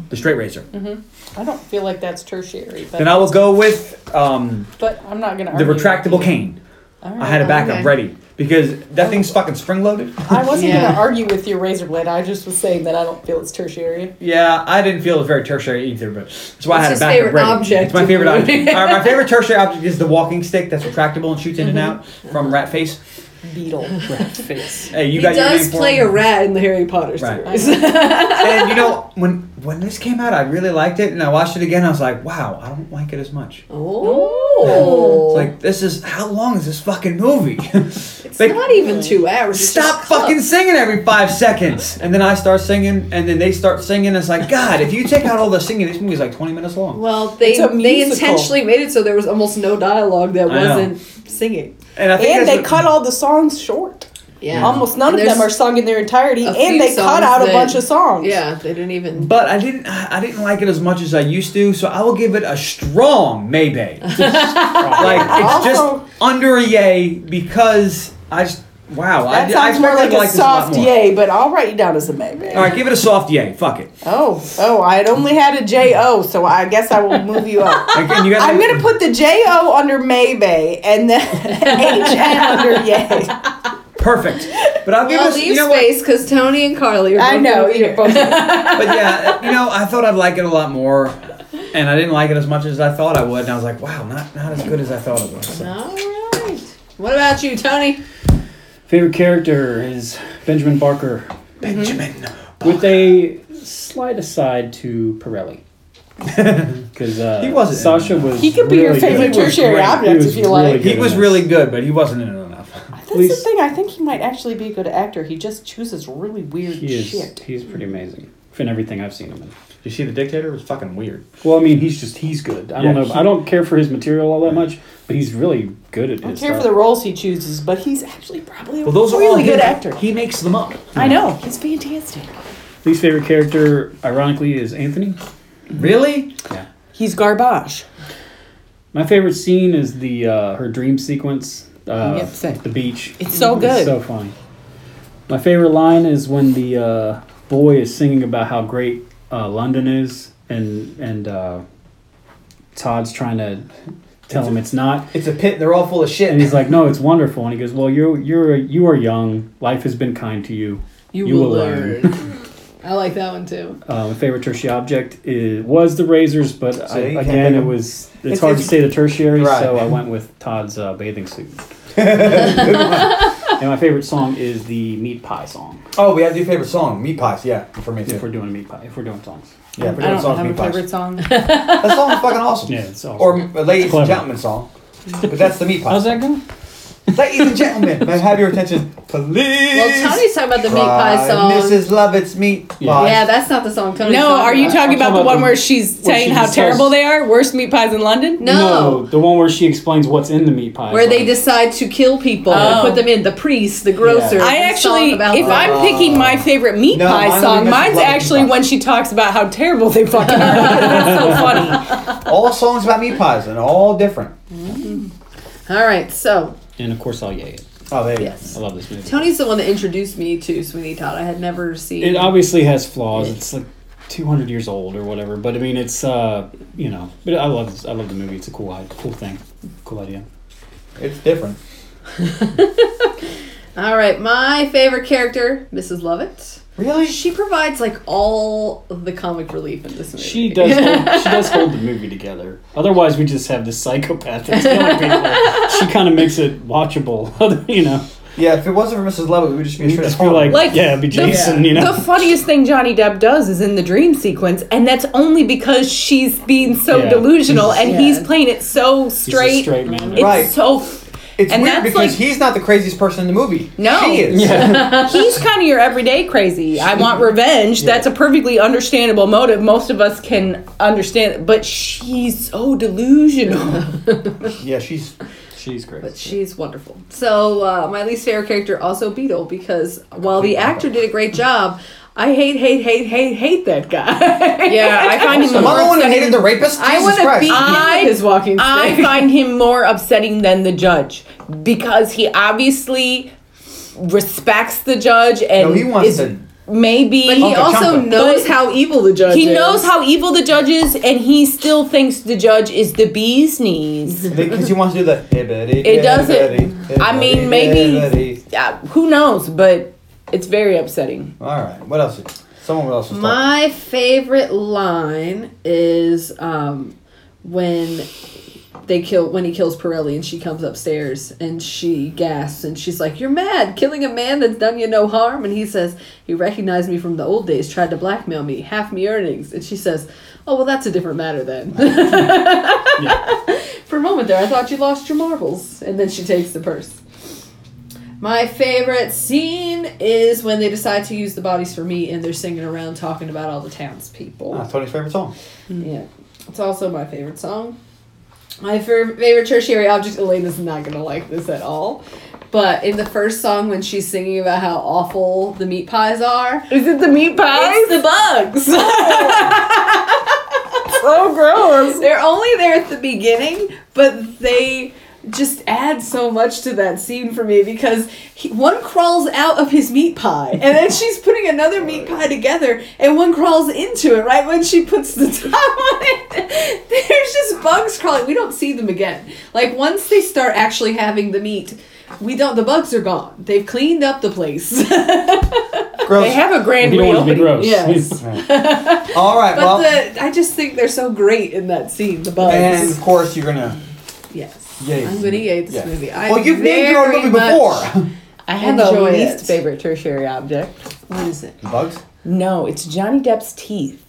the straight razor. Mm-hmm. I don't feel like that's tertiary, but Then I will go with um, but I'm not gonna. the retractable cane. I had a backup okay. ready because that thing's fucking spring loaded. I wasn't Yeah. gonna argue with your razor blade. I just was saying that I don't feel it's tertiary. Yeah, I didn't feel it was very tertiary either, but that's why I had It's a his backup favorite ready. object. It's my favorite object. All right, my favorite tertiary object is the walking stick that's retractable and shoots in and Mm-hmm. out from Rat Face. Beetle. Face. Hey, he you got your does name for play him. a rat in the Harry Potter Right. series. and you know when when this came out, I really liked it, and I watched it again. I was like, wow, I don't like it as much. Oh, It's like this is how long is this fucking movie? it's like- not even two hours. it's Stop just cut. fucking singing every five seconds, and then I start singing, and then they start singing. It's like God, if you take out all the singing, this movie's like twenty minutes long. Well, they It's a they musical. intentionally made it so there was almost no dialogue that I know. wasn't singing. and I And that's they what- cut all the songs short. Yeah, Almost none And of them are there's sung in their entirety, a and few they cut songs out a that- bunch of songs. Yeah, they didn't even. But I didn't. I I didn't like it as much as I used to, so I will give it a strong maybe. like it's Also- just under a yay because I just wow. I, That di- I sounds more expected like to a like this lot soft more. yay, but I'll write you down as a maybe. All right, give it a soft yay. Fuck it. Oh, oh, I had only had a J O, so I guess I will move you up. Like, and you gotta- I'm gonna put the J O under maybe and then H N under yay. perfect. But I'll give I'll it. leave You know what? space because Tony and Carly are. I both know over you're here. both. But yeah, you know, I thought I'd like it a lot more, and I didn't like it as much as I thought I would. And I was like, wow, not not as good as I thought it was. So. All right. What about you, Tony? Favorite character is Benjamin Barker, Benjamin. Mm-hmm. with a slight aside to Pirelli. Because uh, He wasn't in Sasha it. was. He could be your really favorite good. tertiary He was object if really you like. good He in was this. really good, but he wasn't in it enough. That's Please. the thing. I think he might actually be a good actor. He just chooses really weird He is. shit. He's pretty amazing. In everything I've seen him in. You see, the dictator was fucking weird. Well, I mean, he's just he's good. I don't Yeah, know. he- I don't care for his material all that much, but he's really good at I don't his care for stuff. the roles he chooses, but he's actually probably a Well, those are all really him. good actor. He makes them up. I know he's fantastic. Least favorite character, ironically, is Anthony. Really? Yeah. He's garbage. My favorite scene is the uh, her dream sequence. Uh, Yep, same. The beach. It's so good. It's so funny. My favorite line is when the uh, boy is singing about how great uh, London is, and and uh, Todd's trying to tell him it's not. It's a pit. They're all full of shit. And he's like, "No, it's wonderful." And he goes, "Well, you're you're you are young. Life has been kind to you. I like that one too. Uh, my favorite tertiary object is, was the razors, but I, you can't again, pick it 'em. was it's, hard to say the tertiary, Right. so I went with Todd's uh, bathing suit. and my favorite song is the meat pie song. oh, we have your favorite song, meat pies. Yeah, for me If we're too. doing meat pie, if we're doing songs, Yeah, I don't have a favorite song. That song's fucking awesome. Yeah, it's awesome. Or a ladies Clever. and gentlemen song. But that's the meat pie. that going? Ladies and gentlemen, may I have your attention, please? Well, Tony's talking about the meat pie Try song. Mrs. Lovett's meat pie. Yeah, that's not the song Tony's No, talking are you about. talking about the one where she's where saying she how discussed- terrible they are? Worst meat pies in London? No. the one where she explains what's in the meat pie. Where they decide to kill people Oh. and put them in the priest, the grocer. I and song actually, if about that. I'm picking my favorite meat No, pie mine song, only mentions mine's one meat actually pie. when she talks about how terrible they fucking are. That's so funny. All songs about meat pies and all different. all right, so and of course, I'll yay it. Oh, there you go. yes, I love this movie. Tony's the one that introduced me to Sweeney Todd. I had never seen. It uh, obviously has flaws. It's like 200 years old or whatever, but I mean, it's uh, you know, but I love this- I love the movie. It's a cool i- cool thing, cool idea. It's different. all right, my favorite character, Mrs. Lovett. Really? She provides like all of the comic relief in this movie. She does hold, she does hold the movie together. Otherwise, we just have this psychopath that's killing people. She kind of makes it watchable. Other- you know, Yeah, if it wasn't for Mrs. Lovett, we would just be you straight just at feel home. like, Like, yeah, it'd be the- Jason. you know, The funniest thing Johnny Depp does is in the dream sequence, and that's only because she's being so Yeah. delusional and Yeah. he's playing it so He's a straight. straight man. It's Right. so. it's and weird that's because like- he's not the craziest person in the movie. No. She is. He's kind of your everyday crazy. I want revenge. That's a perfectly understandable motive. Most of us can understand, it, but she's so delusional. Yeah, she's. She's great. But she's wonderful. So uh, my least favorite character also Beetle because while the actor did a great job, I hate hate hate hate hate that guy. yeah, I find him Am I the one who hated the rapist? I Jesus wanna Christ. be- I, His walking stick. I find him more upsetting than the judge because he obviously respects the judge and No, he wants is to- maybe But he Uncle also Chumpa. knows But how evil the judge he is. knows how evil the judge is and he still thinks the judge is the bee's knees. Because he wants to do the. It It doesn't. I mean, maybe. Yeah, who knows? But it's very upsetting. All right. What else? is- Someone else was talking. My favorite line is um, when they kill when he kills Pirelli and she comes upstairs and she gasps and she's like, "You're mad, killing a man that's done you no harm." And he says, "He recognized me from the old days, tried to blackmail me, half me earnings." And she says, "Oh well, that's a different matter then." For a moment there, I thought you lost your marbles, and then she takes the purse. My favorite scene is when they decide to use the bodies for meat and they're singing around talking about all the townspeople. Ah, Tony's favorite song. Mm-hmm. Yeah, it's also my favorite song. My fav- favorite tertiary object, Elena's not gonna like this at all. But in the first song, when she's singing about how awful the meat pies are, Is it the meat pies? it's the bugs. so gross. They're only there at the beginning, but they just add so much to that scene for me because he, one crawls out of his meat pie and then she's putting another meat pie together and one crawls into it right when she puts the top on it there's just bugs crawling we don't see them again like once they start actually having the meat we don't the bugs are gone they've cleaned up the place Gross. They have a grand you don't want to be reopening. gross. yes All right. but well, the, i just think they're so great in that scene the bugs and of course you're gonna. Yes. Yay. I'm gonna yay this Yeah. movie. I Well, you've named your own very movie much- before. I have a Enjoy least it. favorite tertiary object. What is it? Bugs. No, it's Johnny Depp's teeth.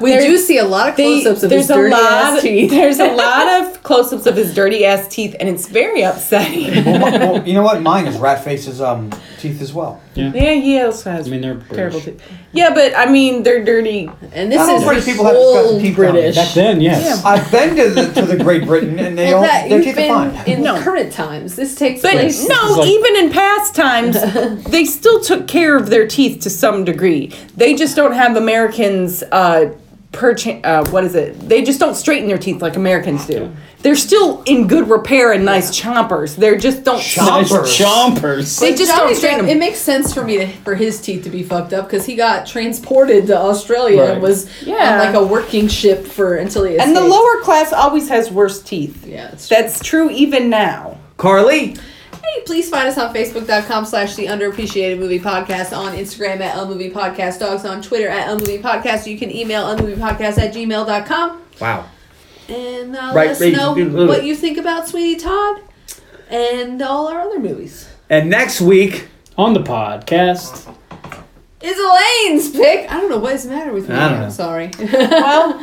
We There's- do see a lot of They- close-ups of his a dirty lot, ass teeth. There's a lot of close-ups of his dirty ass teeth, and it's very upsetting. Well, my- well, you know what? Mine is Rat Face's um, teeth as well. yeah, he also has I mean, they're terrible British. teeth. Yeah, but I mean, they're dirty. And this I don't know is if people have disgusting old teeth British. down Back then, yes. I've been to the, to the Great Britain and they Well, all that, their you've teeth are been fine. in No. current times. This takes But place. no, is like- even in past times, they still took care of their teeth to some degree. They just don't have Americans. Uh, Perch- uh, what is it? They just don't straighten their teeth like Americans do. They're still in good repair and nice chompers. They just don't. Nice Chompers. chompers. They just Johnny don't straighten Depp, them. It makes sense for me to, for his teeth to be fucked up because he got transported to Australia Right. and was Yeah. on like a working ship for until he. And the escaped. lower class always has worse teeth. Yeah, that's true. That's true even now. Carly. Hey, please find us on facebook.com slash the underappreciated movie podcast on instagram at unmovie podcast dogs on twitter at unmovie podcast you can email unmovie podcast at gmail.com Wow. and uh, Right, let us right, know dude, look. what you think about sweeney todd and all our other movies And next week, On the podcast. is elaine's pick i don't know what is the matter with me I don't know. i'm sorry Well,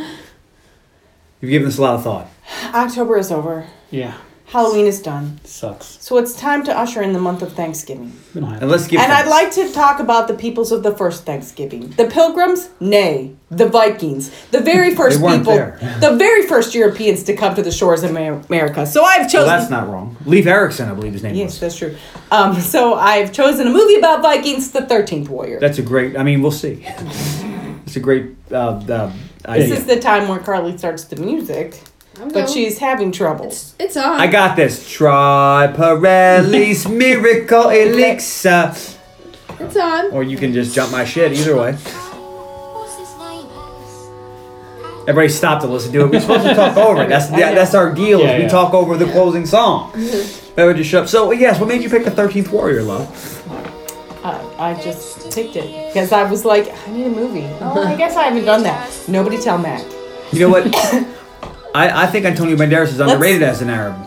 you've given us a lot of thought. October is over. Yeah. Halloween is done. Sucks. So it's time to usher in the month of Thanksgiving. We don't have And let's give. And I'd thanks. like to talk about the peoples of the first Thanksgiving. The pilgrims, nay, the Vikings, the very first weren't people, there. the very first Europeans to come to the shores of Amer- America. So I've Well, chosen. that's not wrong. Leif Erikson, I believe his name yes, was. that's true. Um, so I've chosen a movie about Vikings, The Thirteenth Warrior. That's a great. I mean, we'll see. it's a great uh, uh, idea. this is the time where Carly starts the music, I'm but going. she's having trouble. It's on. I got this. Try Pirelli's Miracle Elixir. It's on. Or you can just jump my shit. Either way. What's his name? Everybody stop to listen to it. We're supposed to talk over it. That's that, that's our deal. is Yeah, we yeah. talk over the closing song. Everybody just shut up. So yes, what made you pick the Thirteenth Warrior, love? Uh, I just picked it because I was like, I need a movie. Oh, I guess I haven't done that. Nobody tell Mac. You know what? I, I think Antonio Banderas is underrated as an Arab.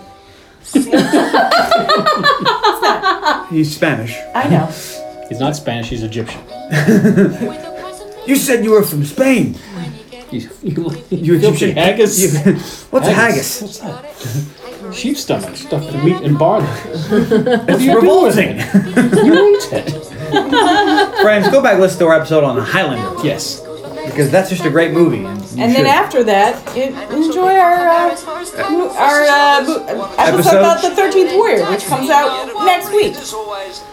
He's Spanish. I know. He's not Spanish. He's Egyptian. With a presentation You said you were from Spain. when you get You, you, You Egyptian haggis. You- what's a haggis? What's that? it. Sheep stomach stuffed with meat and barley. It's revolting. you eat it. Friends, go back listen to our episode on the Highlander Yes. because that's just a great movie. And, you And then should. after that, it, enjoy our uh, mo- our uh, mo- episode, Episode? about the Thirteenth Warrior, which comes out next week.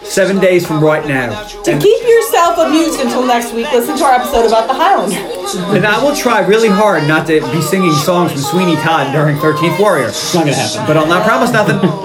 seven days from right now, To keep yourself amused until next week, listen to our episode about the Highlander. and I will try really hard not to be singing songs from Sweeney Todd during Thirteenth Warrior. It's not gonna happen. But I'll not promise nothing.